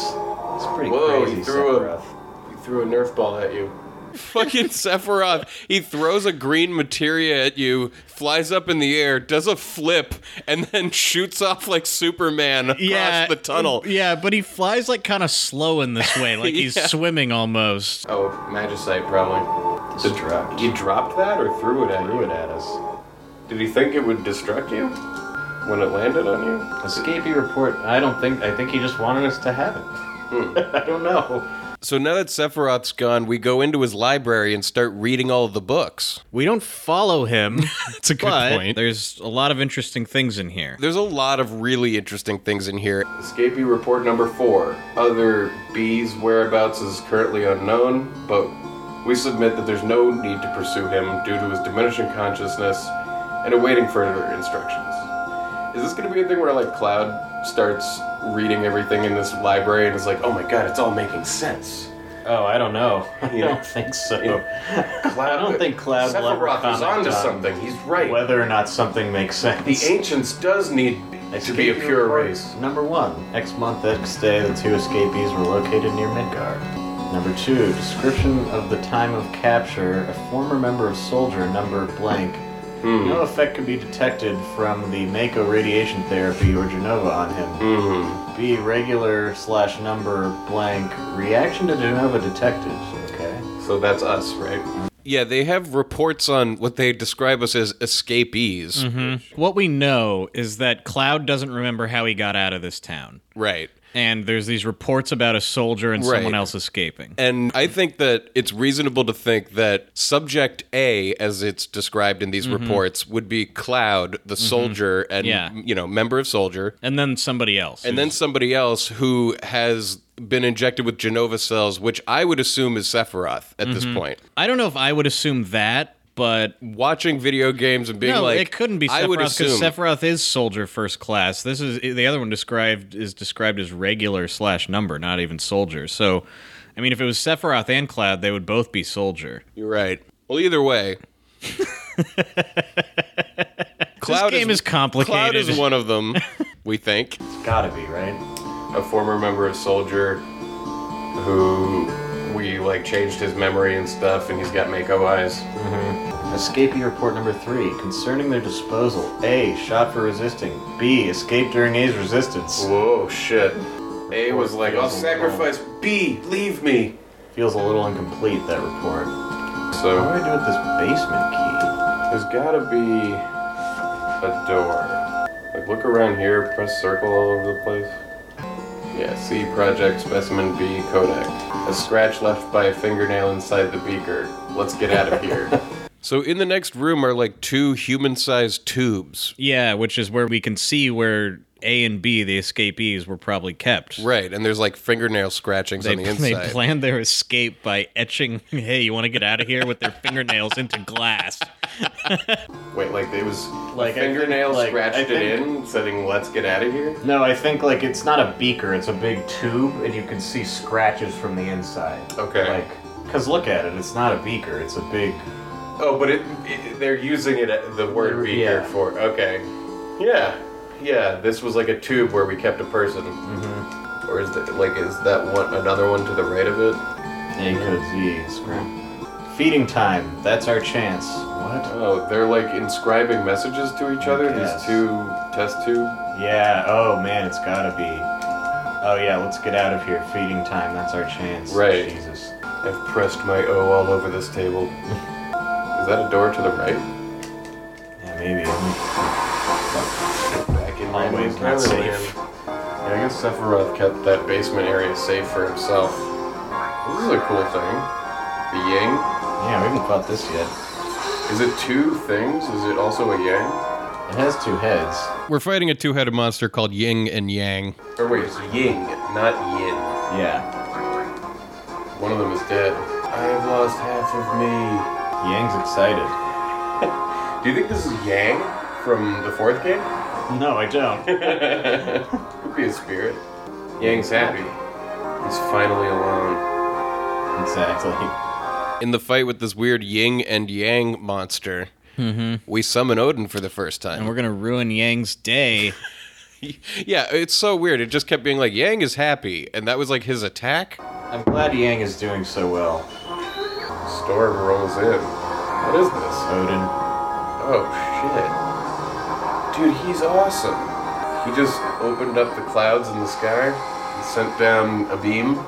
Speaker 5: It's pretty
Speaker 8: Whoa,
Speaker 5: crazy,
Speaker 8: he threw a-
Speaker 5: Sephiroth.
Speaker 8: he threw a Nerf ball at you.
Speaker 1: Fucking Sephiroth, he throws a green materia at you, flies up in the air, does a flip, and then shoots off like Superman across
Speaker 3: yeah,
Speaker 1: the tunnel.
Speaker 3: Yeah, but he flies like kind of slow in this way, like he's
Speaker 1: Yeah.
Speaker 3: swimming almost.
Speaker 8: Oh, Magicite probably.
Speaker 5: Distract.
Speaker 8: He dropped that or threw it at
Speaker 5: Threw
Speaker 8: you?
Speaker 5: it at us.
Speaker 8: Did he think it would destruct you when it landed on you?
Speaker 5: Escapee report. I don't think. I think he just wanted us to have it. I don't know.
Speaker 1: So now that Sephiroth's gone, we go into his library and start reading all of the books.
Speaker 3: We don't follow him. That's a
Speaker 1: good point.
Speaker 3: There's a lot of interesting things in here.
Speaker 1: There's a lot of really interesting things in here.
Speaker 8: Escapee report number four. Other bees' whereabouts is currently unknown, but we submit that there's no need to pursue him due to his diminishing consciousness and awaiting further instructions. Is this going to be a thing where like Cloud starts reading everything in this library and is like, "Oh my God, it's all making sense"?
Speaker 5: Oh, I don't know. I
Speaker 8: Yeah.
Speaker 5: don't think so.
Speaker 8: Cloud,
Speaker 5: I don't think Cloud will ever
Speaker 8: Sephiroth is
Speaker 5: comment
Speaker 8: onto
Speaker 5: on
Speaker 8: something. He's right.
Speaker 5: Whether or not something makes sense.
Speaker 8: the ancients does need to be a
Speaker 5: Escapee
Speaker 8: pure
Speaker 5: report
Speaker 8: race.
Speaker 5: Number one, X month X day, the two escapees were located near Midgard. Number two, description of the time of capture, a former member of Soldier number blank. No effect could be detected from the Mako radiation therapy or Genova on him. B regular slash number blank reaction to Genova detected. Okay.
Speaker 8: So that's us, right?
Speaker 1: Yeah, they have reports on what they describe us as escapees.
Speaker 3: Mm-hmm. What we know is that Cloud doesn't remember how he got out of this town.
Speaker 1: Right.
Speaker 3: And there's these reports about a soldier and
Speaker 1: Right.
Speaker 3: someone else escaping.
Speaker 1: And I think that it's reasonable to think that subject A, as it's described in these reports, would be Cloud, the soldier, and
Speaker 3: Mm-hmm. Yeah.
Speaker 1: you know, member of soldier,
Speaker 3: And then somebody else.
Speaker 1: and then somebody else who has been injected with Genova cells, which I would assume is Sephiroth at this
Speaker 3: Mm-hmm.
Speaker 1: point.
Speaker 3: I don't know if I would assume that, but
Speaker 1: Watching video games and being
Speaker 3: no,
Speaker 1: like,
Speaker 3: it couldn't be
Speaker 1: I
Speaker 3: Sephiroth
Speaker 1: would
Speaker 3: because
Speaker 1: assume.
Speaker 3: Sephiroth is soldier first class. This is the other one described is described as regular slash number, not even soldier. So, I mean, if it was Sephiroth and Cloud, they would both be soldier.
Speaker 1: You're right. Well, either way. Cloud
Speaker 3: game is complicated.
Speaker 1: Cloud is one of them, we think.
Speaker 5: It's gotta be, right?
Speaker 8: A former member of Soldier who we like changed his memory and stuff, and he's got Mako eyes.
Speaker 5: Escapee report number three concerning their disposal. A. Shot for resisting. B. Escaped during A's resistance.
Speaker 8: Whoa, shit. A was like, I'll sacrifice B, leave me.
Speaker 5: Feels a little incomplete, that report. What do
Speaker 8: So
Speaker 5: I do with this basement
Speaker 8: there's gotta be a door. Like, look around here, press circle all over the place. Yeah, C project specimen B Kodak. A scratch left by a fingernail inside the beaker. Let's get out of here.
Speaker 1: So in the next room are like two human-sized tubes.
Speaker 3: Yeah, which is where we can see where
Speaker 9: A and B, the escapees, were probably kept.
Speaker 2: Right, and there's like fingernail scratchings
Speaker 9: They,
Speaker 2: on the
Speaker 9: they
Speaker 2: inside.
Speaker 9: planned their escape by etching, hey, you want to get out of here with their fingernails into glass.
Speaker 1: Wait, like they was
Speaker 5: Like, I think-
Speaker 1: fingernail
Speaker 5: like,
Speaker 1: scratched
Speaker 5: I
Speaker 1: it
Speaker 5: think-
Speaker 1: in, saying "Let's get out of here."
Speaker 5: No, I think like it's not a beaker; it's a big tube, and you can see scratches from the inside.
Speaker 1: Okay.
Speaker 5: Like, cause look at it; it's not a beaker; it's a big.
Speaker 1: Oh, but it, it they're using it at- the word
Speaker 5: They're-
Speaker 1: beaker
Speaker 5: yeah.
Speaker 1: for okay. Yeah, yeah. This was like a tube where we kept a person. Mm-hmm. Or is that like is that one another one to the right of it?
Speaker 5: A code Z scratch. Feeding time. That's our chance. What?
Speaker 1: Oh, they're like inscribing messages to each other.
Speaker 5: Yes.
Speaker 1: These two test tube.
Speaker 5: Yeah. Oh man, it's gotta be. Oh yeah, let's get out of here. Feeding time. That's our chance.
Speaker 1: Right.
Speaker 5: Jesus.
Speaker 1: I've pressed my O all over this table. is that a door to the right?
Speaker 5: Yeah, maybe.
Speaker 1: Back in my
Speaker 5: Always not safe.
Speaker 1: Yeah, I guess Sephiroth kept that basement area safe for himself. This is a cool thing. The yang.
Speaker 5: Yeah, we haven't fought this yet.
Speaker 1: Is it two things? Is it also a yang?
Speaker 5: It has two heads.
Speaker 2: We're fighting a two-headed monster called Ying and Yang.
Speaker 1: Or wait, it's ying, not yin.
Speaker 5: Yeah.
Speaker 1: One of them is dead. I have lost half of me.
Speaker 5: Yang's excited.
Speaker 1: Do you think this is Yang from the fourth game?
Speaker 5: No, I don't.
Speaker 1: Could be a spirit. Yang's happy. He's finally alone.
Speaker 5: exactly.
Speaker 2: In the fight with this weird Ying and Yang monster,
Speaker 5: Mm-hmm.
Speaker 2: we summon Odin for the first
Speaker 9: And
Speaker 2: time.
Speaker 9: we're going to ruin Yang's day.
Speaker 2: Yeah, it's so weird. It just kept being like Yang is happy, and that was like his attack.
Speaker 5: I'm glad Yang is doing so well.
Speaker 1: Storm rolls in. What is this?
Speaker 5: Odin.
Speaker 1: Oh shit. Dude, he's awesome. He just opened up the clouds in the sky and sent down a beam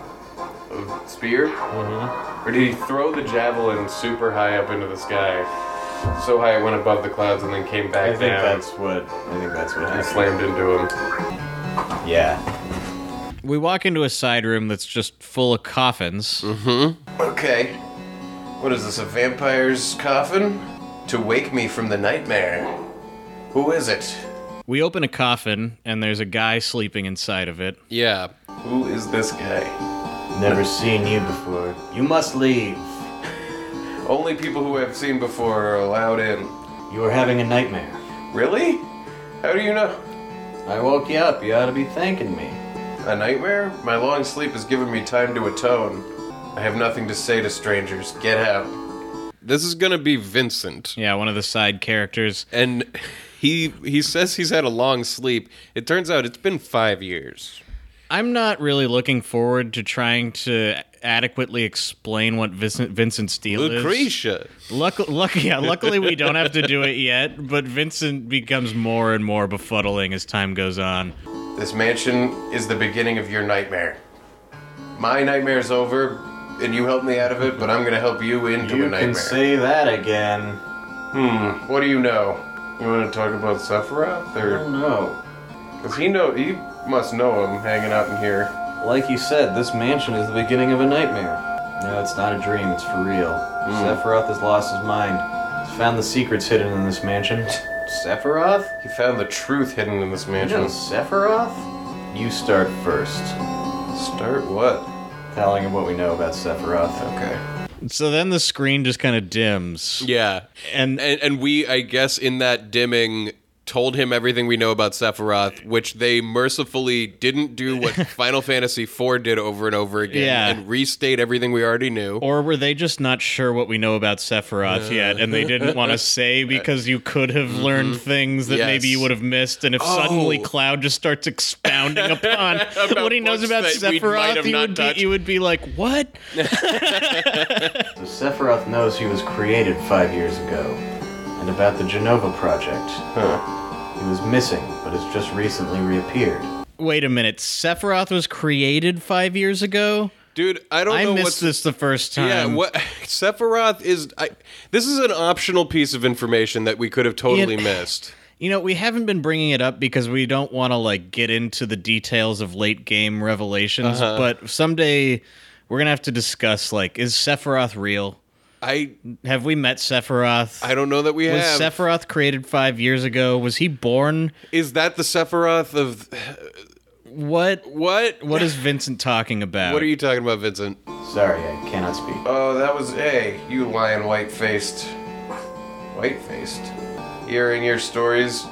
Speaker 1: of spear. Mm-hmm. Or did he throw the javelin super high up into the sky? So high it went above the clouds and then came
Speaker 5: I
Speaker 1: back
Speaker 5: think
Speaker 1: down
Speaker 5: that's what. I think that's what
Speaker 1: and
Speaker 5: happened.
Speaker 1: slammed into him.
Speaker 5: Yeah.
Speaker 9: we walk into a side room that's just full of coffins.
Speaker 1: Okay. What is this, a vampire's coffin? To wake me from the nightmare. Who is it?
Speaker 9: We open a coffin, and there's a guy sleeping inside of it.
Speaker 2: Yeah,
Speaker 1: Who is this guy?
Speaker 5: Never seen you before. You must leave.
Speaker 1: Only people who I've seen before are allowed in.
Speaker 5: You were having a nightmare.
Speaker 1: Really? How do you know?
Speaker 5: I woke you up. You ought to be thanking me.
Speaker 1: A nightmare? My long sleep has given me time to atone. I have nothing to say to strangers. Get out.
Speaker 2: this is gonna be Vincent.
Speaker 9: Yeah, one of the side characters.
Speaker 2: and he he says he's had a long sleep. It turns out it's been five years.
Speaker 9: I'm not really looking forward to trying to adequately explain what Vincent, Vincent Steele is.
Speaker 2: Lucretia.
Speaker 9: Luck, luck, yeah, luckily we don't have to do it yet, but Vincent becomes more and more befuddling as time goes on.
Speaker 1: This mansion is the beginning of your nightmare. My nightmare's over, and you helped me out of it, but I'm gonna help you into
Speaker 5: You
Speaker 1: a nightmare.
Speaker 5: can say that again.
Speaker 1: what do you know? You wanna talk about Sephiroth? Or.
Speaker 5: No.
Speaker 1: Does he know? He must know him hanging out in here.
Speaker 5: Like you said, this mansion is the beginning of a nightmare. Hmm. No, it's not a dream. It's for real. Sephiroth has lost his mind. He's found the secrets hidden in this mansion. Sephiroth?
Speaker 1: He found the truth hidden in this
Speaker 5: You
Speaker 1: mansion.
Speaker 5: know Sephiroth? Hmm. You start first,
Speaker 1: Start what?
Speaker 5: telling him what we know about Sephiroth.
Speaker 1: Okay.
Speaker 9: So then the screen just kind of dims.
Speaker 2: Yeah,
Speaker 9: And
Speaker 2: and and we I guess in that dimming told him everything we know about Sephiroth, which they mercifully didn't do what Final Fantasy IV did over and over again
Speaker 9: Yeah.
Speaker 2: and restate everything we already knew.
Speaker 9: Or were they just not sure what we know about Sephiroth yet, and they didn't want to say because you could have learned things that maybe you
Speaker 2: Mm-hmm. Yes.
Speaker 9: would have missed? And if suddenly
Speaker 2: Oh.
Speaker 9: Cloud just starts expounding upon what he knows
Speaker 2: books
Speaker 9: about
Speaker 2: that we might
Speaker 9: Sephiroth,
Speaker 2: have
Speaker 9: you
Speaker 2: not
Speaker 9: would,
Speaker 2: touched.
Speaker 9: be, you would be like, "What?"
Speaker 5: So Sephiroth knows he was created five years ago, and about the Genova Project. He was missing, but has just recently reappeared.
Speaker 9: Wait a minute. Sephiroth was created five years ago.
Speaker 2: Dude, I don't
Speaker 9: I
Speaker 2: know
Speaker 9: missed
Speaker 2: what's
Speaker 9: this the first time.
Speaker 2: Yeah, what Sephiroth is I, this is an optional piece of information that we could have totally
Speaker 9: It-
Speaker 2: missed.
Speaker 9: You know, we haven't been bringing it up because we don't want to like get into the details of late game
Speaker 2: Uh-huh.
Speaker 9: revelations, but someday we're going to have to discuss like is Sephiroth real?
Speaker 10: I
Speaker 5: Have we met Sephiroth?
Speaker 10: I don't know that we
Speaker 5: was
Speaker 10: have.
Speaker 5: Sephiroth created five years ago? Was he born?
Speaker 10: is that the Sephiroth of
Speaker 5: What?
Speaker 10: what?
Speaker 5: What is Vincent talking about?
Speaker 10: What are you talking about, Vincent?
Speaker 3: Sorry, I cannot speak.
Speaker 1: Oh, that was A. You lying white faced. White faced? Hearing your stories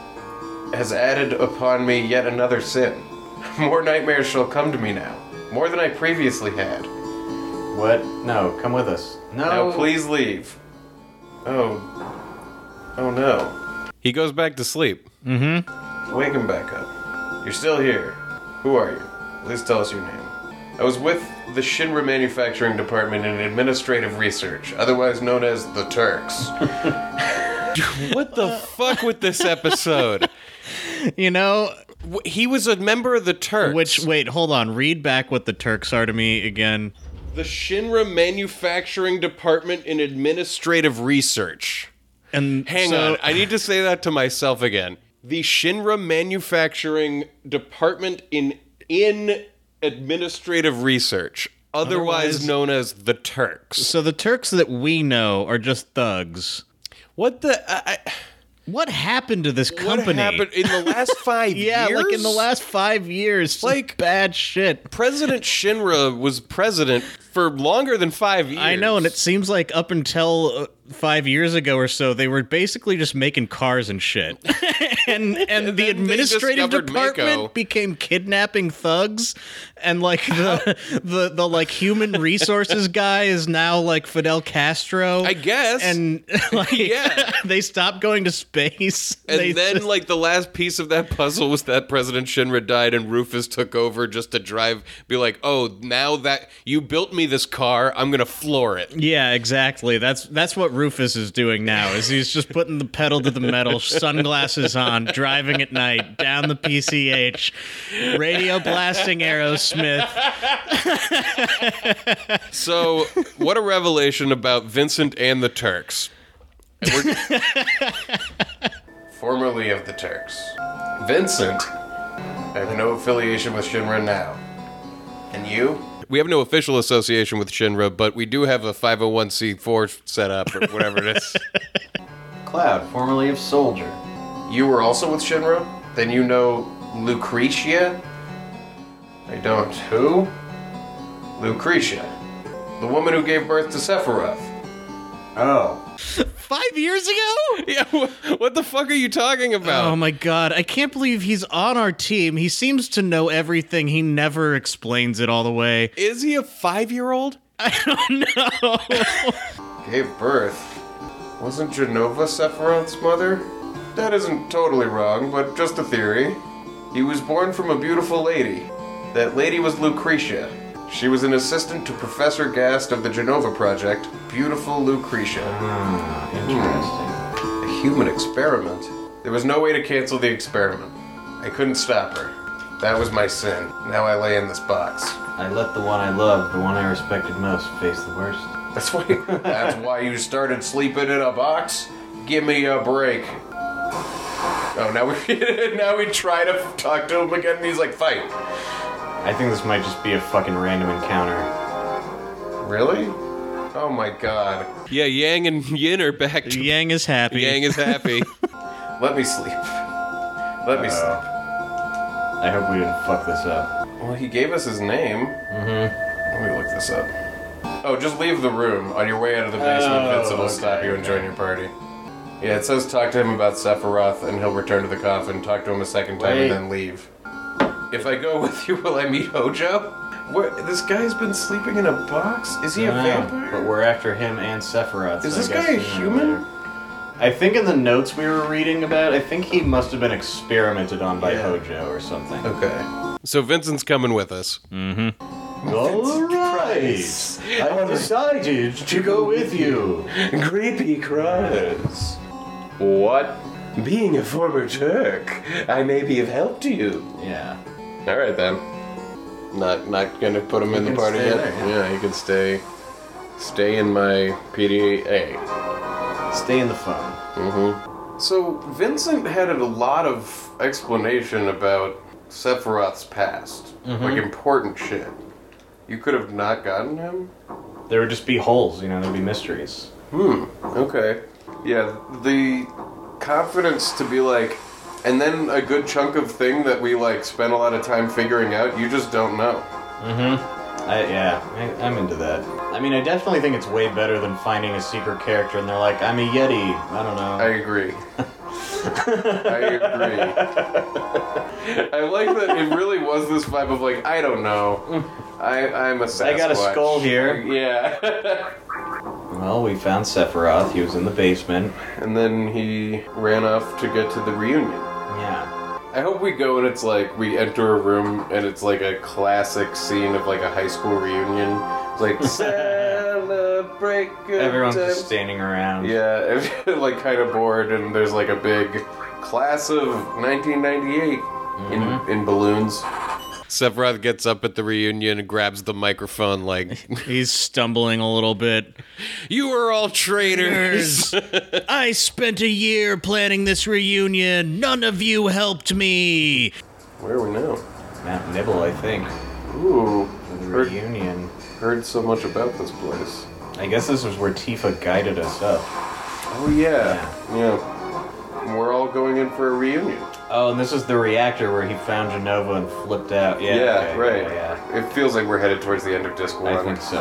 Speaker 1: has added upon me yet another sin. More nightmares shall come to me now, more than I previously had.
Speaker 3: What? No, come with us. No,
Speaker 1: Now please leave. Oh. Oh no.
Speaker 10: He goes back to sleep.
Speaker 1: Wake him back up. You're still here. Who are you? Please tell us your name. I was with the Shinra Manufacturing Department in Administrative Research, otherwise known as the Turks.
Speaker 10: What the fuck with this episode?
Speaker 5: You know,
Speaker 10: W- he was a member of the Turks.
Speaker 5: which wait, hold on. Read back what the Turks are to me again.
Speaker 10: the Shinra Manufacturing Department in Administrative Research.
Speaker 5: And
Speaker 10: Hang
Speaker 5: so-
Speaker 10: on, I need to say that to myself again. The Shinra Manufacturing Department in in Administrative Research, otherwise,
Speaker 5: Otherwise-
Speaker 10: known as the Turks.
Speaker 5: So the Turks that we know are just thugs.
Speaker 10: What the I, I-
Speaker 5: What happened to this
Speaker 10: what
Speaker 5: company?
Speaker 10: happened in the last 5
Speaker 5: yeah,
Speaker 10: years?
Speaker 5: like in the last five years, some
Speaker 10: Like-
Speaker 5: bad shit.
Speaker 10: President Shinra was president for longer than 5 years.
Speaker 5: I know, and it seems like up until uh, five years ago or so, they were basically just making cars and shit, and and, the
Speaker 10: then they
Speaker 5: administrative
Speaker 10: discovered
Speaker 5: department
Speaker 10: Mako.
Speaker 5: became kidnapping thugs, and like the the the like human resources guy is now like Fidel Castro,
Speaker 10: I guess.
Speaker 5: and like
Speaker 10: Yeah.
Speaker 5: they stopped going to space,
Speaker 10: And
Speaker 5: They
Speaker 10: then,
Speaker 5: just-
Speaker 10: like the last piece of that puzzle was that President Shinra died, and Rufus took over just to drive. Be like, oh, now that you built me this car, I'm gonna floor it.
Speaker 5: Yeah, exactly. That's that's what Rufus is doing now. Is he's just putting the pedal to the metal, sunglasses on, driving at night down the PCH, radio blasting Aerosmith.
Speaker 10: So, what a revelation about Vincent and the Turks.
Speaker 1: formerly of the Turks. Vincent, I have no affiliation with Shinra now. And you?
Speaker 10: We have no official association with Shinra, but we do have a 501c4 set up or whatever it is.
Speaker 3: Cloud, formerly of Soldier.
Speaker 1: You were also with Shinra? Then you know Lucretia? I don't. Who? Lucretia. The woman who gave birth to Sephiroth.
Speaker 3: Oh,
Speaker 5: Five years ago?
Speaker 10: yeah, wh- what the fuck are you talking about?
Speaker 5: Oh my god, I can't believe he's on our team. He seems to know everything. He never explains it all the way.
Speaker 10: is he a five-year-old?
Speaker 1: Gave birth? Wasn't Genova Sephiroth's mother? That isn't totally wrong, but just a theory. He was born from a beautiful lady. That lady was Lucretia. She was an assistant to Professor Gast of the Genova Project, Beautiful Lucretia. Hmm.
Speaker 3: interesting.
Speaker 1: A human experiment? There was no way to cancel the experiment. I couldn't stop her. That was my sin. Now I lay in this box.
Speaker 3: I let the one I loved, the one I respected most, face the worst.
Speaker 1: That's why. that's why you started sleeping in a box. Give me a break. Oh, now we now we try to talk to him again. And he's like, fight.
Speaker 3: I think this might just be a fucking random encounter.
Speaker 1: Really? Oh my god.
Speaker 10: Yeah, Yang and Yin are back. To-
Speaker 5: Yang is happy.
Speaker 10: Yang is happy.
Speaker 1: Let me sleep. Let me sleep.
Speaker 3: I hope we didn't fuck this up.
Speaker 1: Well, he gave us his name. Mm-hmm. Let me look this up. Oh, just leave the room. On your way out of the basement,
Speaker 3: Oh,
Speaker 1: Vincent will
Speaker 3: okay,
Speaker 1: stop you and join your party. Yeah, it says talk to him about Sephiroth, and he'll return to the coffin, talk to him a second time, and
Speaker 3: Wait.
Speaker 1: then leave. If I go with you, will I meet Hojo? Where, this guy's been sleeping in a box? Is he a
Speaker 3: I don't know,
Speaker 1: vampire?
Speaker 3: But we're after him and Sephiroth.
Speaker 1: Is
Speaker 3: so I
Speaker 1: this
Speaker 3: guess
Speaker 1: guy a
Speaker 3: sooner or
Speaker 1: human?
Speaker 3: later. I think in the notes we were reading about, I think he must have been experimented on by
Speaker 1: Yeah.
Speaker 3: Hojo or something.
Speaker 1: Okay.
Speaker 10: so Vincent's coming with us.
Speaker 3: All
Speaker 1: Christ.
Speaker 3: right. I have decided to go with you.
Speaker 1: Creepy cries. What? Being a former Turk, I may be of help to you.
Speaker 3: Yeah.
Speaker 1: All right then. Not not gonna put him in the
Speaker 3: can
Speaker 1: party
Speaker 3: stay
Speaker 1: yet.
Speaker 3: there,
Speaker 1: yeah. he can stay. Stay in my PDA.
Speaker 3: Stay in the phone.
Speaker 1: So Vincent had a lot of explanation about Sephiroth's past,
Speaker 3: Mm-hmm.
Speaker 1: like important shit. You could have not gotten him.
Speaker 3: There would just be holes, you know, there'd be mysteries.
Speaker 1: Okay. Yeah, the confidence to be like, and then a good chunk of thing that we like spent a lot of time figuring out, you just don't know. Mm-hmm.
Speaker 5: I, yeah, I, I'm into that. I mean, I definitely think it's way better than finding a secret character and they're like, I'm a Yeti. I don't
Speaker 1: I
Speaker 5: know.
Speaker 1: agree. I agree. I like that it really was this vibe of like, I don't know. I, I'm a Sasquatch.
Speaker 5: I got a skull here.
Speaker 1: Yeah.
Speaker 5: Well, we found Sephiroth. He was in the basement.
Speaker 1: and then he ran off to get to the reunion.
Speaker 5: Yeah.
Speaker 1: I hope we go and it's like we enter a room and it's like a classic scene of like a high school reunion. It's like celebrate. Good
Speaker 5: Everyone's
Speaker 1: times."
Speaker 5: just standing around.
Speaker 1: yeah, like kind of bored and there's like a big class of 1998
Speaker 5: Mm-hmm.
Speaker 1: in in balloons.
Speaker 2: Sephiroth gets up at the reunion and grabs the microphone like,
Speaker 9: He's stumbling a little bit.
Speaker 2: You are all traitors.
Speaker 9: I spent a year planning this reunion. None of you helped me.
Speaker 1: Where are we now?
Speaker 5: Mount Nibble, I think.
Speaker 1: Ooh,
Speaker 5: The
Speaker 1: heard,
Speaker 5: reunion.
Speaker 1: heard so much about this place.
Speaker 5: I guess this is where Tifa guided us up.
Speaker 1: Oh yeah, yeah. And We're all going in for a reunion.
Speaker 5: Oh, and this is the reactor where he found Genova and flipped out. Yeah,
Speaker 1: Yeah,
Speaker 5: okay,
Speaker 1: right.
Speaker 5: Yeah,
Speaker 1: It feels like we're headed towards the end of disc one.
Speaker 5: yeah. I think so.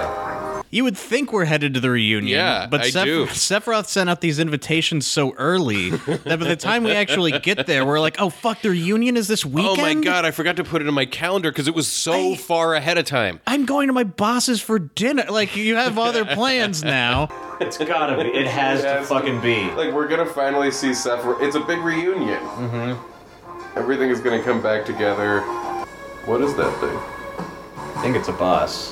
Speaker 9: You would think we're headed to the reunion.
Speaker 2: Yeah,
Speaker 9: but
Speaker 2: I
Speaker 9: Seph-
Speaker 2: do.
Speaker 9: Sephiroth sent out these invitations so early that by the time we actually get there, we're like, oh, fuck, the reunion is this weekend?
Speaker 2: oh my god, I forgot to put it in my calendar because it was so
Speaker 9: I-
Speaker 2: far ahead of time.
Speaker 9: I'm going to my boss's for dinner. Like, you have other plans now.
Speaker 5: It's gotta be. It has
Speaker 1: It
Speaker 5: to
Speaker 1: has to-
Speaker 5: fucking be.
Speaker 1: Like we're gonna finally see Sephiroth. It's a big reunion. Mm-hmm. Everything is gonna come back together. What is that thing?
Speaker 5: I think it's a boss.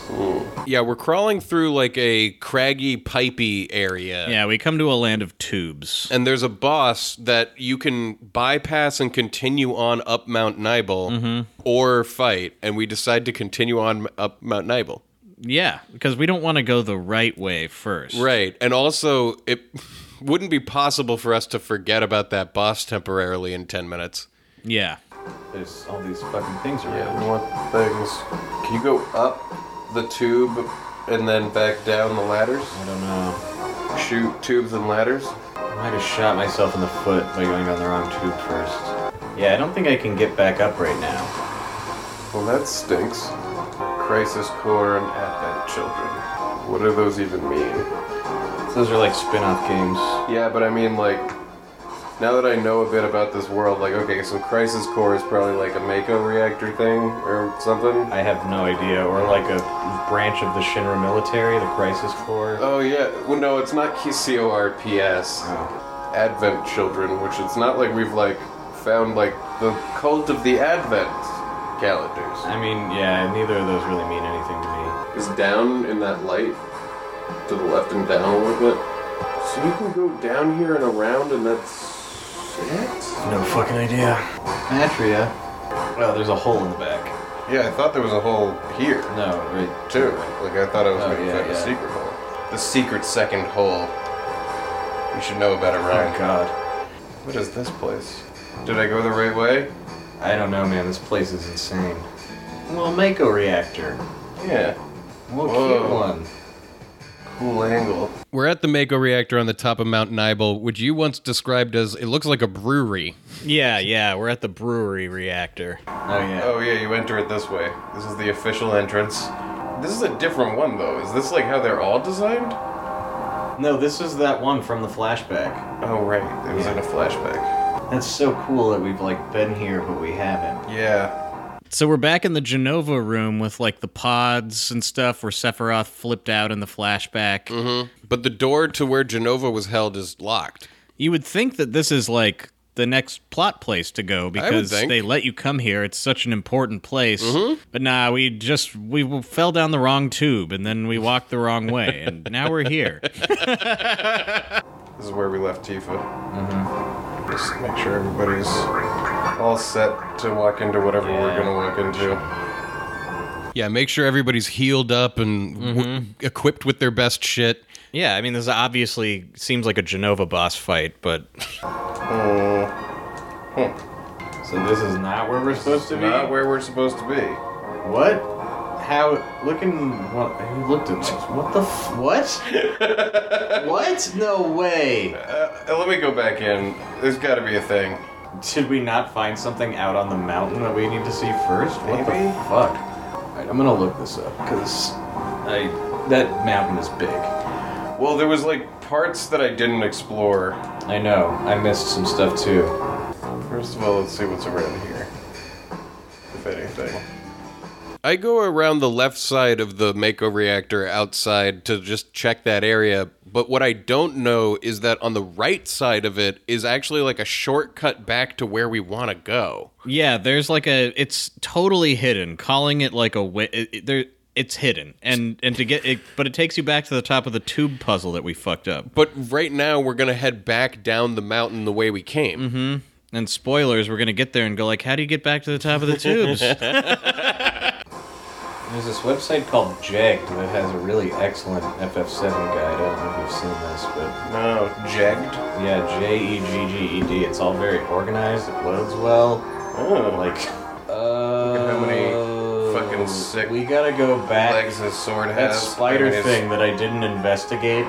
Speaker 2: Yeah, we're crawling through like a craggy, pipey area.
Speaker 9: Yeah, we come to a land of tubes.
Speaker 2: And there's a boss that you can bypass and continue on up Mount Nibel or fight. And we decide to continue on up Mount Nibel.
Speaker 9: Yeah, because we don't want to go the right way first.
Speaker 2: Right. And also, it wouldn't be possible for us to forget about that boss temporarily in 10 minutes.
Speaker 9: Yeah.
Speaker 5: There's all these fucking things
Speaker 1: Yeah,
Speaker 5: around.
Speaker 1: we want things. Can you go up the tube and then back down the ladders?
Speaker 5: I don't know.
Speaker 1: Shoot tubes and ladders.
Speaker 5: I might have shot myself in the foot by going down the wrong tube first. Yeah, I don't think I can get back up right now.
Speaker 1: Well, that stinks. Crisis core and advent children. What do those even mean?
Speaker 5: Those are like spin-off games.
Speaker 1: Yeah, but I mean, like, now that I know a bit about this world, like, okay, so Crisis Core is probably like a Mako reactor thing or something.
Speaker 5: I have no idea. Or like a branch of the Shinra military, the Crisis Corps.
Speaker 1: Oh, yeah. Well, no, it's not CORPS.
Speaker 5: Oh.
Speaker 1: Advent Children, which it's not like we've, like, found, like, the cult of the Advent calendars.
Speaker 5: I mean, yeah, neither of those really mean anything to me.
Speaker 1: Is down in that light to the left and down a little bit. So you can go down here and around, and that's it?
Speaker 5: No fucking idea. Patria. Well, there's a hole in the back.
Speaker 1: Yeah, I thought there was a hole here.
Speaker 5: No, right.
Speaker 1: too. Like I thought I was
Speaker 5: Oh,
Speaker 1: going to
Speaker 5: yeah,
Speaker 1: find a
Speaker 5: yeah.
Speaker 1: secret hole. The secret second hole. You should know about it,
Speaker 5: Oh
Speaker 1: Ryan.
Speaker 5: god.
Speaker 1: What is this place? Did I go the right way?
Speaker 5: I don't know, man. This place is insane. Well, Mako reactor.
Speaker 1: Yeah.
Speaker 5: We'll
Speaker 1: Whoa.
Speaker 5: keep one.
Speaker 1: Cool angle.
Speaker 2: We're at the Mako reactor on the top of Mount Nibel, which you once described as it looks like a brewery.
Speaker 9: Yeah, yeah, we're at the brewery reactor.
Speaker 5: Oh yeah.
Speaker 1: Oh yeah, you enter it this way. This is the official entrance. This is a different one though. Is this like how they're all designed?
Speaker 5: No, this is that one from the flashback.
Speaker 1: Oh right, it was in a flashback.
Speaker 5: That's so cool that we've like been here, but we haven't.
Speaker 1: Yeah.
Speaker 9: So we're back in the Genova room with like the pods and stuff where Sephiroth Uh, flipped out in the flashback.
Speaker 2: Mm-hmm. But the door to where Genova was held is locked.
Speaker 9: You would think that this is like the next plot place to go because
Speaker 2: think.
Speaker 9: they let you come here. It's such an important place.
Speaker 1: Mm-hmm.
Speaker 9: But nah, we just we fell down the wrong tube and then we walked the wrong way and now we're here.
Speaker 1: This is where we left Tifa. Mm-hmm. Just make sure everybody's all set to walk into whatever we're gonna walk into.
Speaker 2: Yeah, make sure everybody's healed up and w-
Speaker 1: Mm-hmm.
Speaker 2: equipped with their best shit.
Speaker 9: yeah, I mean this obviously seems like a Genova boss fight, but
Speaker 5: So this is not where we're supposed to be.
Speaker 1: Not where we're supposed to be.
Speaker 5: What? how look in what he looked at this. What the f- what? what? No way.
Speaker 1: Uh, let me go back in. There's got to be a thing.
Speaker 5: Should we not find something out on the mountain that we need to see first? What
Speaker 1: Maybe.
Speaker 5: the fuck? Alright, I'm gonna look this up because I that mountain is big.
Speaker 1: Well, there was like parts that I didn't explore.
Speaker 5: I know. I missed some stuff too.
Speaker 1: First of all, let's see what's around here, if anything.
Speaker 2: I go around the left side of the Mako reactor outside to just check that area, but what I don't know is that on the right side of it is actually like a shortcut back to where we want to go.
Speaker 9: Yeah, there's like a. It's totally hidden. Calling it like a way. It, it- there, it's hidden, and and to get it, but it takes you back to the top of the tube puzzle that we fucked up.
Speaker 2: But right now we're going to head back down the mountain the way we came.
Speaker 9: And spoilers, we're gonna get there and go like, how do you get back to the top of the tubes?
Speaker 5: There's this website called Jagged that has a really excellent FF7 guide. I don't know if you've seen this, but
Speaker 1: No, jagged.
Speaker 5: yeah, J E G G E D. It's all very organized. It loads well.
Speaker 1: Oh, like
Speaker 5: Like, uh,
Speaker 1: how many fucking sick
Speaker 5: Oh, We gotta go back.
Speaker 1: legs this sword
Speaker 5: That
Speaker 1: has.
Speaker 5: spider
Speaker 1: I mean, it's-
Speaker 5: thing that I didn't investigate.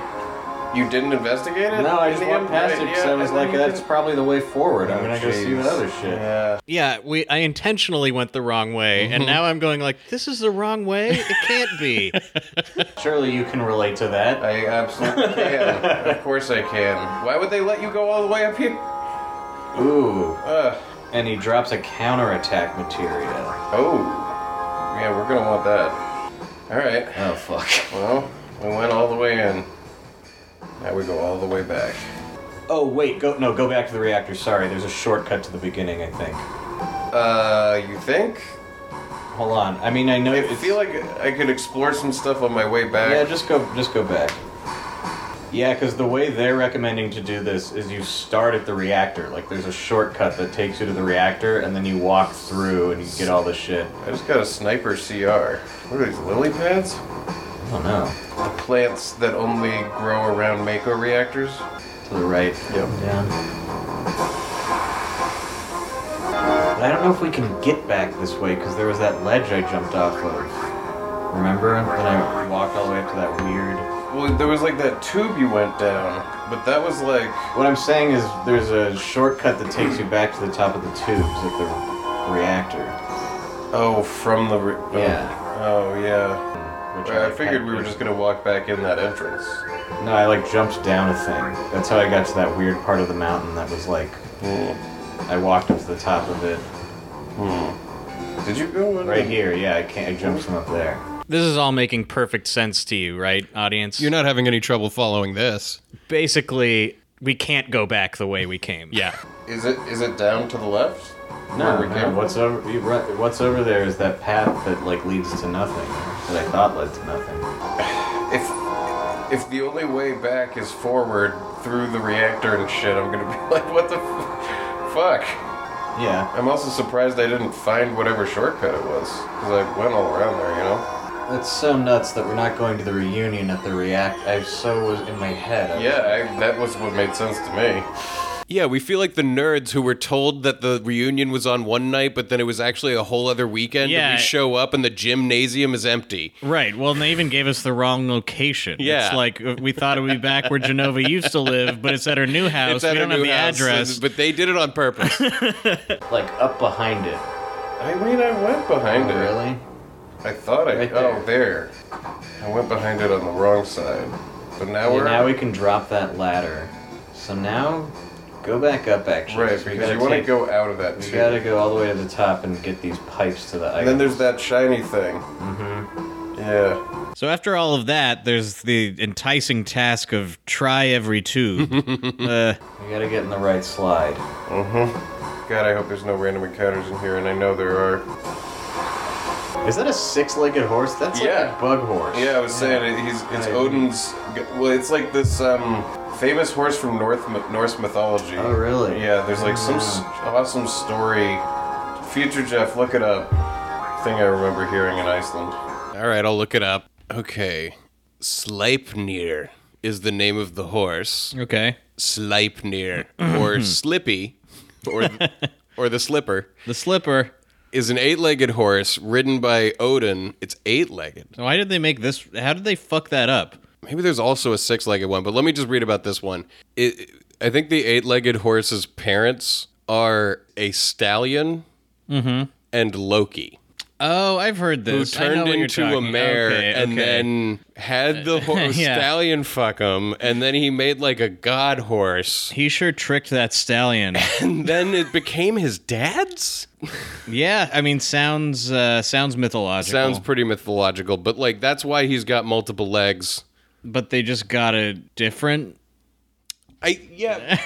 Speaker 1: You didn't investigate it?
Speaker 5: No, I
Speaker 1: In
Speaker 5: just
Speaker 1: the
Speaker 5: went
Speaker 1: end?
Speaker 5: past
Speaker 1: Right,
Speaker 5: it because
Speaker 1: yeah,
Speaker 5: I was
Speaker 1: and then
Speaker 5: like,
Speaker 1: you
Speaker 5: that's
Speaker 1: didn't-
Speaker 5: probably the way forward. I'm
Speaker 1: Oh,
Speaker 5: gonna go see
Speaker 1: jeez.
Speaker 5: the other shit.
Speaker 1: Yeah.
Speaker 9: yeah, we I intentionally went the wrong way,
Speaker 1: Mm-hmm.
Speaker 9: and now I'm going like, this is the wrong way. It can't be.
Speaker 5: Surely you can relate to that.
Speaker 1: I absolutely can. of course I can. Why would they let you go all the way up here?
Speaker 5: Ooh.
Speaker 1: Uh,
Speaker 5: And he drops a counterattack material.
Speaker 1: oh. Yeah, we're gonna want that. Alright.
Speaker 5: Oh, fuck.
Speaker 1: Well, we went all the way in. Now we go all the way back.
Speaker 5: Oh wait, go no, go back to the reactor. Sorry, there's a shortcut to the beginning. I think.
Speaker 1: Uh, you think?
Speaker 5: Hold on. I mean, I know.
Speaker 1: I
Speaker 5: it's-
Speaker 1: feel like I could explore some stuff on my way
Speaker 5: yeah,
Speaker 1: back.
Speaker 5: just go, just go back. Yeah, because the way they're recommending to do this is you start at the reactor. Like, there's a shortcut that takes you to the reactor, and then you walk through and you get all this shit.
Speaker 1: I just got a sniper CR. What are these lily pads?
Speaker 5: I don't know.
Speaker 1: The plants that only grow around Mako reactors.
Speaker 5: To the right.
Speaker 1: Yep.
Speaker 5: Down. But I don't know if we can get back this way because there was that ledge I jumped off of. Remember? Then I walked all the way up to that weird.
Speaker 1: Well, there was like that tube you went down, but that was like
Speaker 5: What I'm saying is there's a shortcut that takes you back to the top of the tubes at the reactor.
Speaker 1: oh from the re- oh.
Speaker 5: Yeah.
Speaker 1: oh yeah.
Speaker 5: Which
Speaker 1: I figured we were just gonna walk back in that entrance.
Speaker 5: gonna. No, I like jumped down a thing. That's how I got to that weird part of the mountain that was like.
Speaker 1: Mm.
Speaker 5: I walked up to the top of it.
Speaker 1: Did you go in?
Speaker 5: Right here, yeah, I can't. I jumped from up there.
Speaker 9: this is all making perfect sense to you, right, audience?
Speaker 2: You're not having any trouble following this.
Speaker 9: basically we can't go back the way we came.
Speaker 2: Yeah.
Speaker 1: Is it is it down to the left?
Speaker 5: No,
Speaker 1: Where we
Speaker 5: no
Speaker 1: came
Speaker 5: what's over? You, right- what's over there is that path that like leads to nothing. That I thought led to nothing.
Speaker 1: If if the only way back is forward through the reactor and shit, I'm gonna be like, what the f- fuck?
Speaker 5: Yeah,
Speaker 1: I'm also surprised I didn't find whatever shortcut it was because I went all around there, you know.
Speaker 5: that's so nuts that we're not going to the reunion at the react. I so was in my head. I was
Speaker 1: Yeah, I, that was what made sense to me.
Speaker 2: Yeah, we feel like the nerds who were told that the reunion was on one night, but then it was actually a whole other weekend.
Speaker 9: Yeah.
Speaker 2: And we show up and the gymnasium is empty.
Speaker 9: Right. Well, and they even gave us the wrong location.
Speaker 2: Yeah.
Speaker 9: It's like uh, we thought it would be back where Genova used to live, but it's at her new house.
Speaker 2: at
Speaker 9: we
Speaker 2: a
Speaker 9: don't have
Speaker 2: new
Speaker 9: the
Speaker 2: house,
Speaker 9: address.
Speaker 2: and- but they did it on purpose.
Speaker 5: like up behind it.
Speaker 1: I mean, I went behind it.
Speaker 5: Really?
Speaker 1: I thought I.
Speaker 5: Right there.
Speaker 1: oh, there. I went behind it on the wrong side. But now
Speaker 5: Okay,
Speaker 1: we're.
Speaker 5: now we can drop that ladder. So now, go back up actually.
Speaker 1: right,
Speaker 5: So we
Speaker 1: because
Speaker 5: gotta
Speaker 1: you want to
Speaker 5: take-
Speaker 1: go out of that
Speaker 5: We
Speaker 1: too.
Speaker 5: gotta go all the way to the top and get these pipes to the ice.
Speaker 1: And then there's that shiny thing. Mm-hmm. Yeah.
Speaker 9: so after all of that, there's the enticing task of try every tube. uh,
Speaker 5: We gotta get in the right slide.
Speaker 1: God, I hope there's no random encounters in here, and I know there are.
Speaker 5: Is that a six-legged horse? That's like
Speaker 1: Yeah.
Speaker 5: a bug horse.
Speaker 1: Yeah, I was saying it- he's it's
Speaker 5: Right.
Speaker 1: Odin's. Well, it's like this um famous horse from North Norse mythology.
Speaker 5: Oh really?
Speaker 1: Yeah, there's like some s- awesome story. Future Jeff, look it up. Thing I remember hearing in Iceland.
Speaker 2: All right, I'll look it up. Okay. Sleipnir is the name of the horse.
Speaker 9: okay.
Speaker 2: Sleipnir or Slippy or or the slipper.
Speaker 9: The slipper.
Speaker 1: is an eight-legged horse ridden by Odin. It's eight-legged.
Speaker 3: Why did they make this? How did they fuck that up?
Speaker 1: maybe there's also a six-legged one, but let me just read about this one. It, I think the eight-legged horse's parents are a stallion and Loki,
Speaker 3: Oh, I've heard
Speaker 1: who
Speaker 3: this. Mm-hmm. I know
Speaker 1: turned
Speaker 3: what you're
Speaker 1: into a
Speaker 3: talking-
Speaker 1: mare
Speaker 3: okay,
Speaker 1: and
Speaker 3: okay.
Speaker 1: then had the ho-
Speaker 3: Yeah.
Speaker 1: stallion fuck him, and then he made like a god horse,
Speaker 3: he sure tricked that stallion.
Speaker 1: and then it became his dad's.
Speaker 3: yeah, I mean, sounds uh, sounds mythological.
Speaker 1: Sounds pretty mythological, but like that's why he's got multiple legs.
Speaker 3: but they just got a different
Speaker 1: I yeah.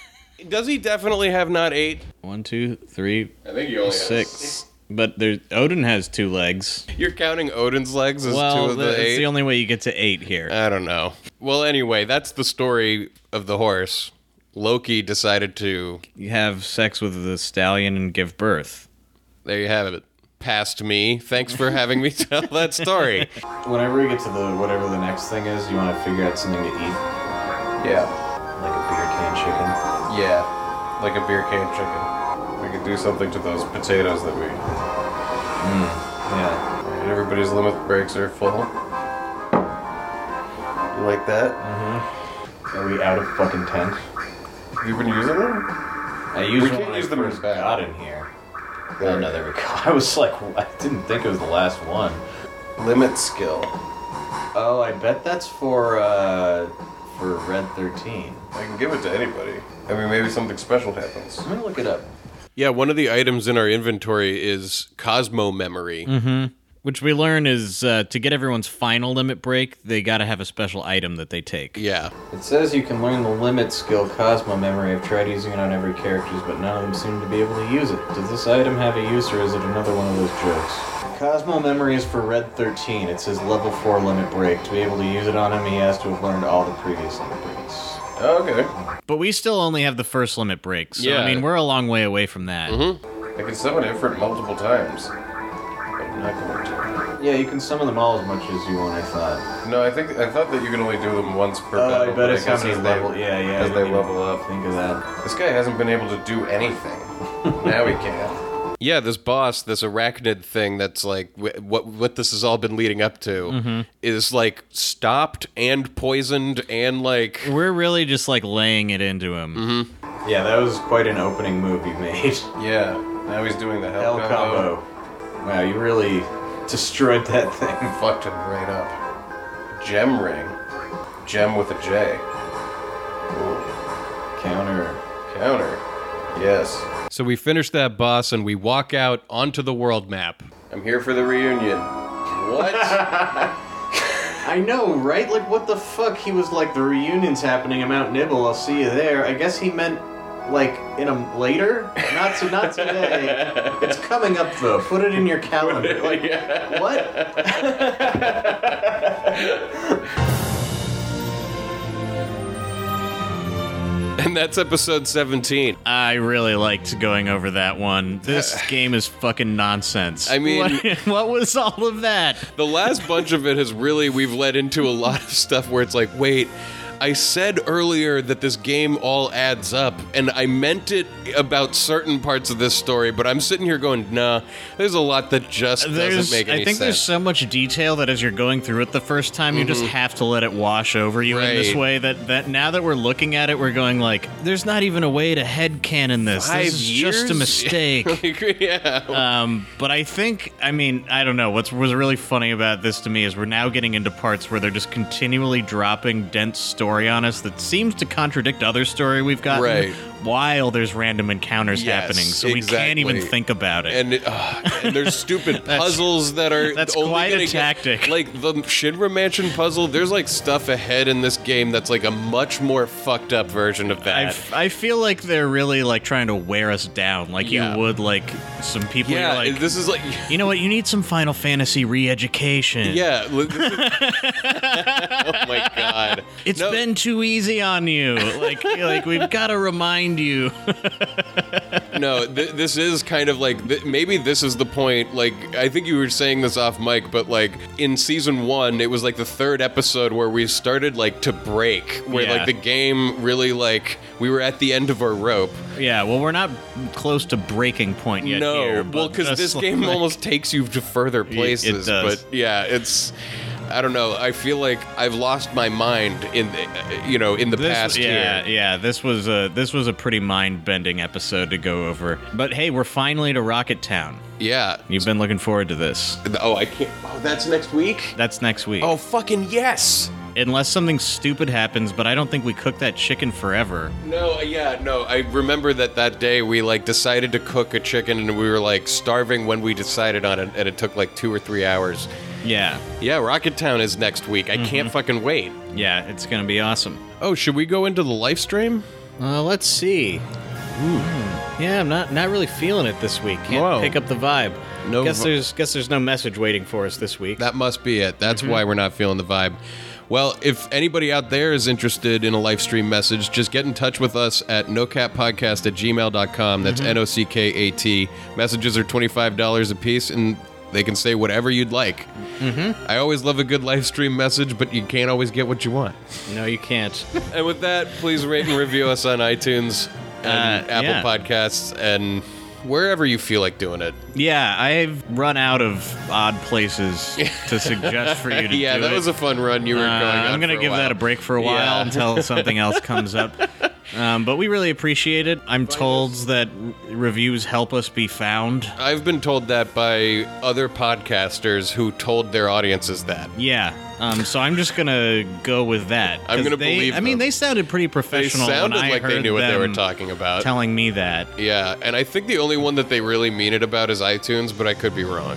Speaker 1: Does he definitely have not eight?
Speaker 3: one, two, three,
Speaker 1: I think you only
Speaker 3: six. But there, Odin has two legs.
Speaker 1: You're counting Odin's legs as two
Speaker 3: Well,
Speaker 1: of
Speaker 3: the,
Speaker 1: the,
Speaker 3: it's
Speaker 1: eight. Uh,
Speaker 3: the only way you get to eight here.
Speaker 1: I don't know. Well, anyway, that's the story of the horse. Loki decided to.
Speaker 3: you have sex with the stallion and give birth.
Speaker 1: There you have it. Past me. Thanks for having me tell that story.
Speaker 5: Whenever we get to the whatever the next thing is, you want to figure out something to eat,
Speaker 11: Yeah.
Speaker 5: like a beer can chicken.
Speaker 11: Yeah. Like a beer can chicken. We could do something to those potatoes that we.
Speaker 5: Yeah.
Speaker 11: Everybody's limit breaks are full. You like that?
Speaker 5: Are we out of fucking tent?
Speaker 11: You've been using them?
Speaker 5: I used
Speaker 11: We
Speaker 5: one
Speaker 11: can't
Speaker 5: when
Speaker 11: use
Speaker 5: I
Speaker 11: them as
Speaker 5: first
Speaker 11: bad.
Speaker 5: got in here. Oh, no, there we go. I was like, I didn't think it was the last one.
Speaker 11: Limit skill.
Speaker 5: Oh, I bet that's for uh, for Red Thirteen.
Speaker 11: I can give it to anybody. I mean, maybe something special happens.
Speaker 5: I'm gonna look it up.
Speaker 1: yeah, one of the items in our inventory is Cosmo Memory.
Speaker 5: Hmm.
Speaker 3: Which we learn is uh, to get everyone's final limit break, they got to have a special item that they take.
Speaker 1: Yeah.
Speaker 5: It says you can learn the limit skill Cosmo memory. I've tried using it on every characters, but none of them seem to be able to use it. Does this item have a use, or is it another one of those jokes? Cosmo memory is for Red 13. It's his level 4 limit break. To be able to use it on him, he has to have learned all the previous limit breaks.
Speaker 11: Oh, Okay.
Speaker 3: But we still only have the first limit break, so
Speaker 1: Yeah.
Speaker 3: I mean, we're a long way away from that.
Speaker 11: Mm-hmm. I can summon Ifrit multiple times. I'm not going to.
Speaker 5: Yeah, you can summon them all as much as you want, I thought.
Speaker 11: No, I think I thought that you can only do them once per
Speaker 5: Oh,
Speaker 11: battle.
Speaker 5: I bet
Speaker 11: but
Speaker 5: it's how
Speaker 11: guess
Speaker 5: many
Speaker 11: as they-
Speaker 5: level. yeah, yeah.
Speaker 11: As
Speaker 5: I
Speaker 11: they
Speaker 5: didn't
Speaker 11: level
Speaker 5: even
Speaker 11: up,
Speaker 5: Think of that.
Speaker 11: this guy hasn't been able to do anything. now he can.
Speaker 1: Yeah, this boss, this arachnid thing that's like wh- what what this has all been leading up to
Speaker 5: Mm-hmm.
Speaker 1: is like stopped and poisoned and like
Speaker 3: We're really just like laying it into him.
Speaker 1: Mm-hmm.
Speaker 5: Yeah, that was quite an opening move you made.
Speaker 11: Yeah. Now he's doing the hell
Speaker 5: El Combo. Wow, you really destroyed that thing.
Speaker 11: Fucked him right up. Gem ring. Gem with a J. Ooh.
Speaker 5: Counter.
Speaker 11: Counter. Yes.
Speaker 1: So we finish that boss and we walk out onto the world map.
Speaker 11: I'm here for the reunion. What?
Speaker 5: I know, right? Like, what the fuck? He was like, the reunion's happening in Mount Nibble. I'll see you there. I guess he meant like in a later. Not to, not today. it's coming up though. Put it in your calendar. Like, what?
Speaker 1: And that's episode 17.
Speaker 3: I really liked going over that one. This game is fucking nonsense.
Speaker 1: I mean-
Speaker 3: what, what was all of that?
Speaker 1: The last bunch of it has really, we've led into a lot of stuff where it's like, wait, I said earlier that this game all adds up, and I meant it about certain parts of this story, but I'm sitting here going, nah, there's a lot that just
Speaker 3: There's,
Speaker 1: doesn't make
Speaker 3: I
Speaker 1: any
Speaker 3: think there's
Speaker 1: sense. Mm-hmm.
Speaker 3: so much detail that as you're going through it the first time, you just have to let it wash over you in this
Speaker 1: Right.
Speaker 3: way. That that now that we're looking at it, we're going like, there's not even a way to headcanon this.
Speaker 1: Five
Speaker 3: this is just a
Speaker 1: years?
Speaker 3: mistake.
Speaker 1: yeah.
Speaker 3: Um, but I think, I mean, I don't know. What's was really funny about this to me is we're now getting into parts where they're just continually dropping dense story on us that seems to contradict other story we've gotten.
Speaker 1: Right.
Speaker 3: While there's random encounters
Speaker 1: Yes,
Speaker 3: happening, so we can't even
Speaker 1: exactly.
Speaker 3: think about it.
Speaker 1: and, it- ah, and there's stupid puzzles that are
Speaker 3: that's
Speaker 1: only
Speaker 3: quite a
Speaker 1: gonna get-
Speaker 3: tactic.
Speaker 1: like the Shinra Mansion puzzle, there's like stuff ahead in this game that's like a much more fucked up version of
Speaker 3: I,
Speaker 1: that.
Speaker 3: f- I feel like they're really like trying to wear us down, like
Speaker 1: Yeah.
Speaker 3: you would like some people. you're
Speaker 1: yeah,
Speaker 3: like,
Speaker 1: this is like
Speaker 3: you know what? You need some Final Fantasy re-education.
Speaker 1: yeah. li- this is- oh my god.
Speaker 5: It's
Speaker 1: No.
Speaker 5: been too easy on you. Like, like we've got to remind you.
Speaker 1: No, th- this is kind of like th- maybe this is the point. Like I think you were saying this off mic, but like in season one, it was like the third episode where we started like to break, where
Speaker 5: Yeah.
Speaker 1: like the game really like we were at the end of our rope.
Speaker 5: Yeah, well, we're not close to breaking point yet.
Speaker 1: no,
Speaker 5: here,
Speaker 1: well,
Speaker 5: but
Speaker 1: because
Speaker 5: just
Speaker 1: this
Speaker 5: like-
Speaker 1: game almost takes you to further places.
Speaker 5: does.
Speaker 1: But yeah, it's. I don't know. I feel like I've lost my mind in, the, you know, in the
Speaker 5: This-
Speaker 1: past
Speaker 5: yeah,
Speaker 1: year.
Speaker 5: yeah. This was a this was a pretty mind bending episode to go over. But hey, we're finally to Rocket Town.
Speaker 1: Yeah.
Speaker 5: You've been looking forward to this.
Speaker 1: Oh, I can't. Oh, that's next week.
Speaker 5: That's next week.
Speaker 1: Oh, fucking yes.
Speaker 5: Unless something stupid happens, but I don't think we cook that chicken forever.
Speaker 1: No, uh, yeah, no. I remember that that day we like decided to cook a chicken and we were like starving when we decided on it, and it took like two or three hours.
Speaker 5: Yeah,
Speaker 1: Yeah, Rocket Town is next week. I
Speaker 5: Mm-hmm.
Speaker 1: can't fucking wait.
Speaker 5: yeah. It's gonna be awesome.
Speaker 1: Oh, should we go into the live stream?
Speaker 5: Uh, let's see. Yeah, I'm not not really feeling it this week. Can't
Speaker 1: Whoa.
Speaker 5: pick up the vibe.
Speaker 1: No
Speaker 5: guess
Speaker 1: vi-
Speaker 5: there's guess there's no message waiting for us this week.
Speaker 1: That must be it. That's why we're not feeling the vibe. Well, if anybody out there is interested in a live stream message, just get in touch with us at nocatpodcast at gmail.com. That's N O C K A T. Messages are $25 a piece, and they can say whatever you'd like. I always love a good live stream message, but you can't always get what you want.
Speaker 5: no, you can't.
Speaker 1: And with that, please rate and review us on iTunes and
Speaker 5: Uh,
Speaker 1: Apple
Speaker 5: yeah.
Speaker 1: Podcasts and wherever you feel like doing it.
Speaker 5: yeah, I've run out of odd places to suggest for you to
Speaker 1: Yeah,
Speaker 5: do
Speaker 1: that
Speaker 5: it.
Speaker 1: was a fun run you were
Speaker 5: Uh,
Speaker 1: going on.
Speaker 5: I'm gonna
Speaker 1: for
Speaker 5: give that
Speaker 1: while.
Speaker 5: a break for a while
Speaker 1: Yeah.
Speaker 5: until something else comes up. Um, but we really appreciate it. I'm told that r- reviews help us be found.
Speaker 1: I've been told that by other podcasters who told their audiences that.
Speaker 5: Yeah. Um, so I'm just gonna go with that.
Speaker 1: I'm
Speaker 5: 'cause
Speaker 1: gonna
Speaker 5: they-
Speaker 1: believe
Speaker 5: I mean,
Speaker 1: them.
Speaker 5: they sounded pretty
Speaker 1: They
Speaker 5: professional.
Speaker 1: sounded
Speaker 5: when I
Speaker 1: like they
Speaker 5: heard
Speaker 1: knew what they were
Speaker 5: them
Speaker 1: talking about.
Speaker 5: Telling me that.
Speaker 1: yeah, and I think the only one that they really mean it about is iTunes, but I could be wrong.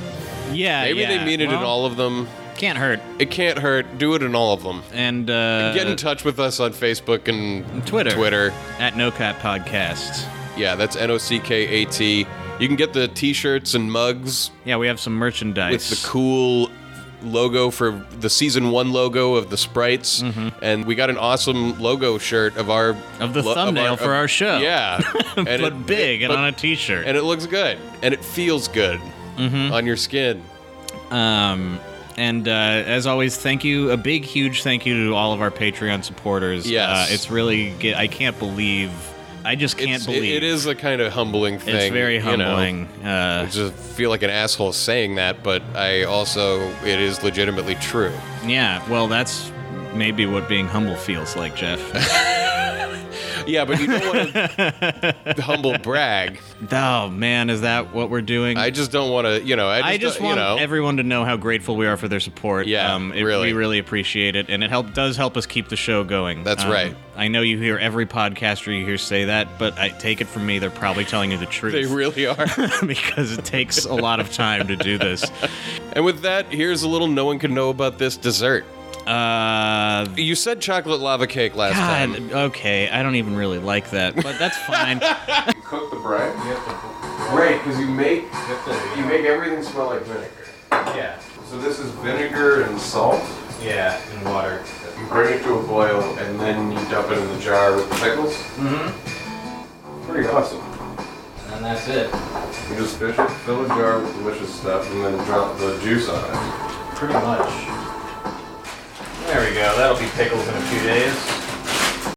Speaker 5: Yeah.
Speaker 1: Maybe they
Speaker 5: yeah.
Speaker 1: mean it in
Speaker 5: Well,
Speaker 1: all of them.
Speaker 5: Can't hurt.
Speaker 1: It can't hurt. Do it in all of them.
Speaker 5: And uh,
Speaker 1: Get in touch with us on Facebook and
Speaker 5: Twitter.
Speaker 1: Twitter.
Speaker 5: at NoCat Podcast.
Speaker 1: Yeah, that's N O C K A T. You can get the t shirts and mugs
Speaker 5: Yeah, we have some merchandise.
Speaker 1: with the cool logo for the season one logo of the sprites and we got an awesome logo shirt of our
Speaker 5: Mm-hmm. Of the
Speaker 1: lo-
Speaker 5: thumbnail for our show.
Speaker 1: yeah and
Speaker 5: but
Speaker 1: it-
Speaker 5: big
Speaker 1: it-
Speaker 5: and
Speaker 1: but-
Speaker 5: on a T-shirt.
Speaker 1: and it looks good and it feels good
Speaker 5: Mm-hmm.
Speaker 1: on your skin
Speaker 5: Um, and uh, as always, thank you. A big, huge thank you to all of our Patreon supporters.
Speaker 1: Yes.
Speaker 5: Uh, it's really. Get, I can't believe. I just can't
Speaker 1: It's- it-
Speaker 5: believe.
Speaker 1: it is a kind of humbling thing
Speaker 5: It's very
Speaker 1: you know.
Speaker 5: humbling. Uh,
Speaker 1: I just feel like an asshole saying that but i also it is legitimately true
Speaker 5: uh, yeah. Well, that's maybe what being humble feels like, Jeff.
Speaker 1: yeah but you don't want to humble brag
Speaker 5: oh man, is that what we're doing?
Speaker 1: i just don't want to you know i just,
Speaker 5: I just
Speaker 12: uh,
Speaker 1: don't-
Speaker 5: want
Speaker 1: you know
Speaker 5: everyone to know how grateful we are for their support. Um,
Speaker 1: Yeah,
Speaker 5: it-
Speaker 1: really.
Speaker 5: we really appreciate it, and it help does help us keep the show going. Um,
Speaker 1: That's right.
Speaker 5: I know you hear every podcaster you hear say that, but I take it from me they're probably telling you the truth.
Speaker 1: they really are
Speaker 5: because it takes a lot of time to do this.
Speaker 1: And with that, here's a little no one can know about this dessert.
Speaker 5: Uh,
Speaker 1: You said chocolate lava cake last time.
Speaker 5: God, okay, I don't even really like that, but that's fine.
Speaker 13: You cook the brine. Right, because you make you make everything smell like vinegar.
Speaker 12: Yeah.
Speaker 13: So this is vinegar and salt.
Speaker 12: Yeah, and water.
Speaker 13: You bring it to a boil and then you dump it in the jar with the pickles. Mm-hmm. Pretty awesome.
Speaker 12: And that's it.
Speaker 13: You just fish it, fill a jar with delicious stuff, and then drop the juice on it.
Speaker 12: Pretty much. There we go. That'll be pickles in a few days.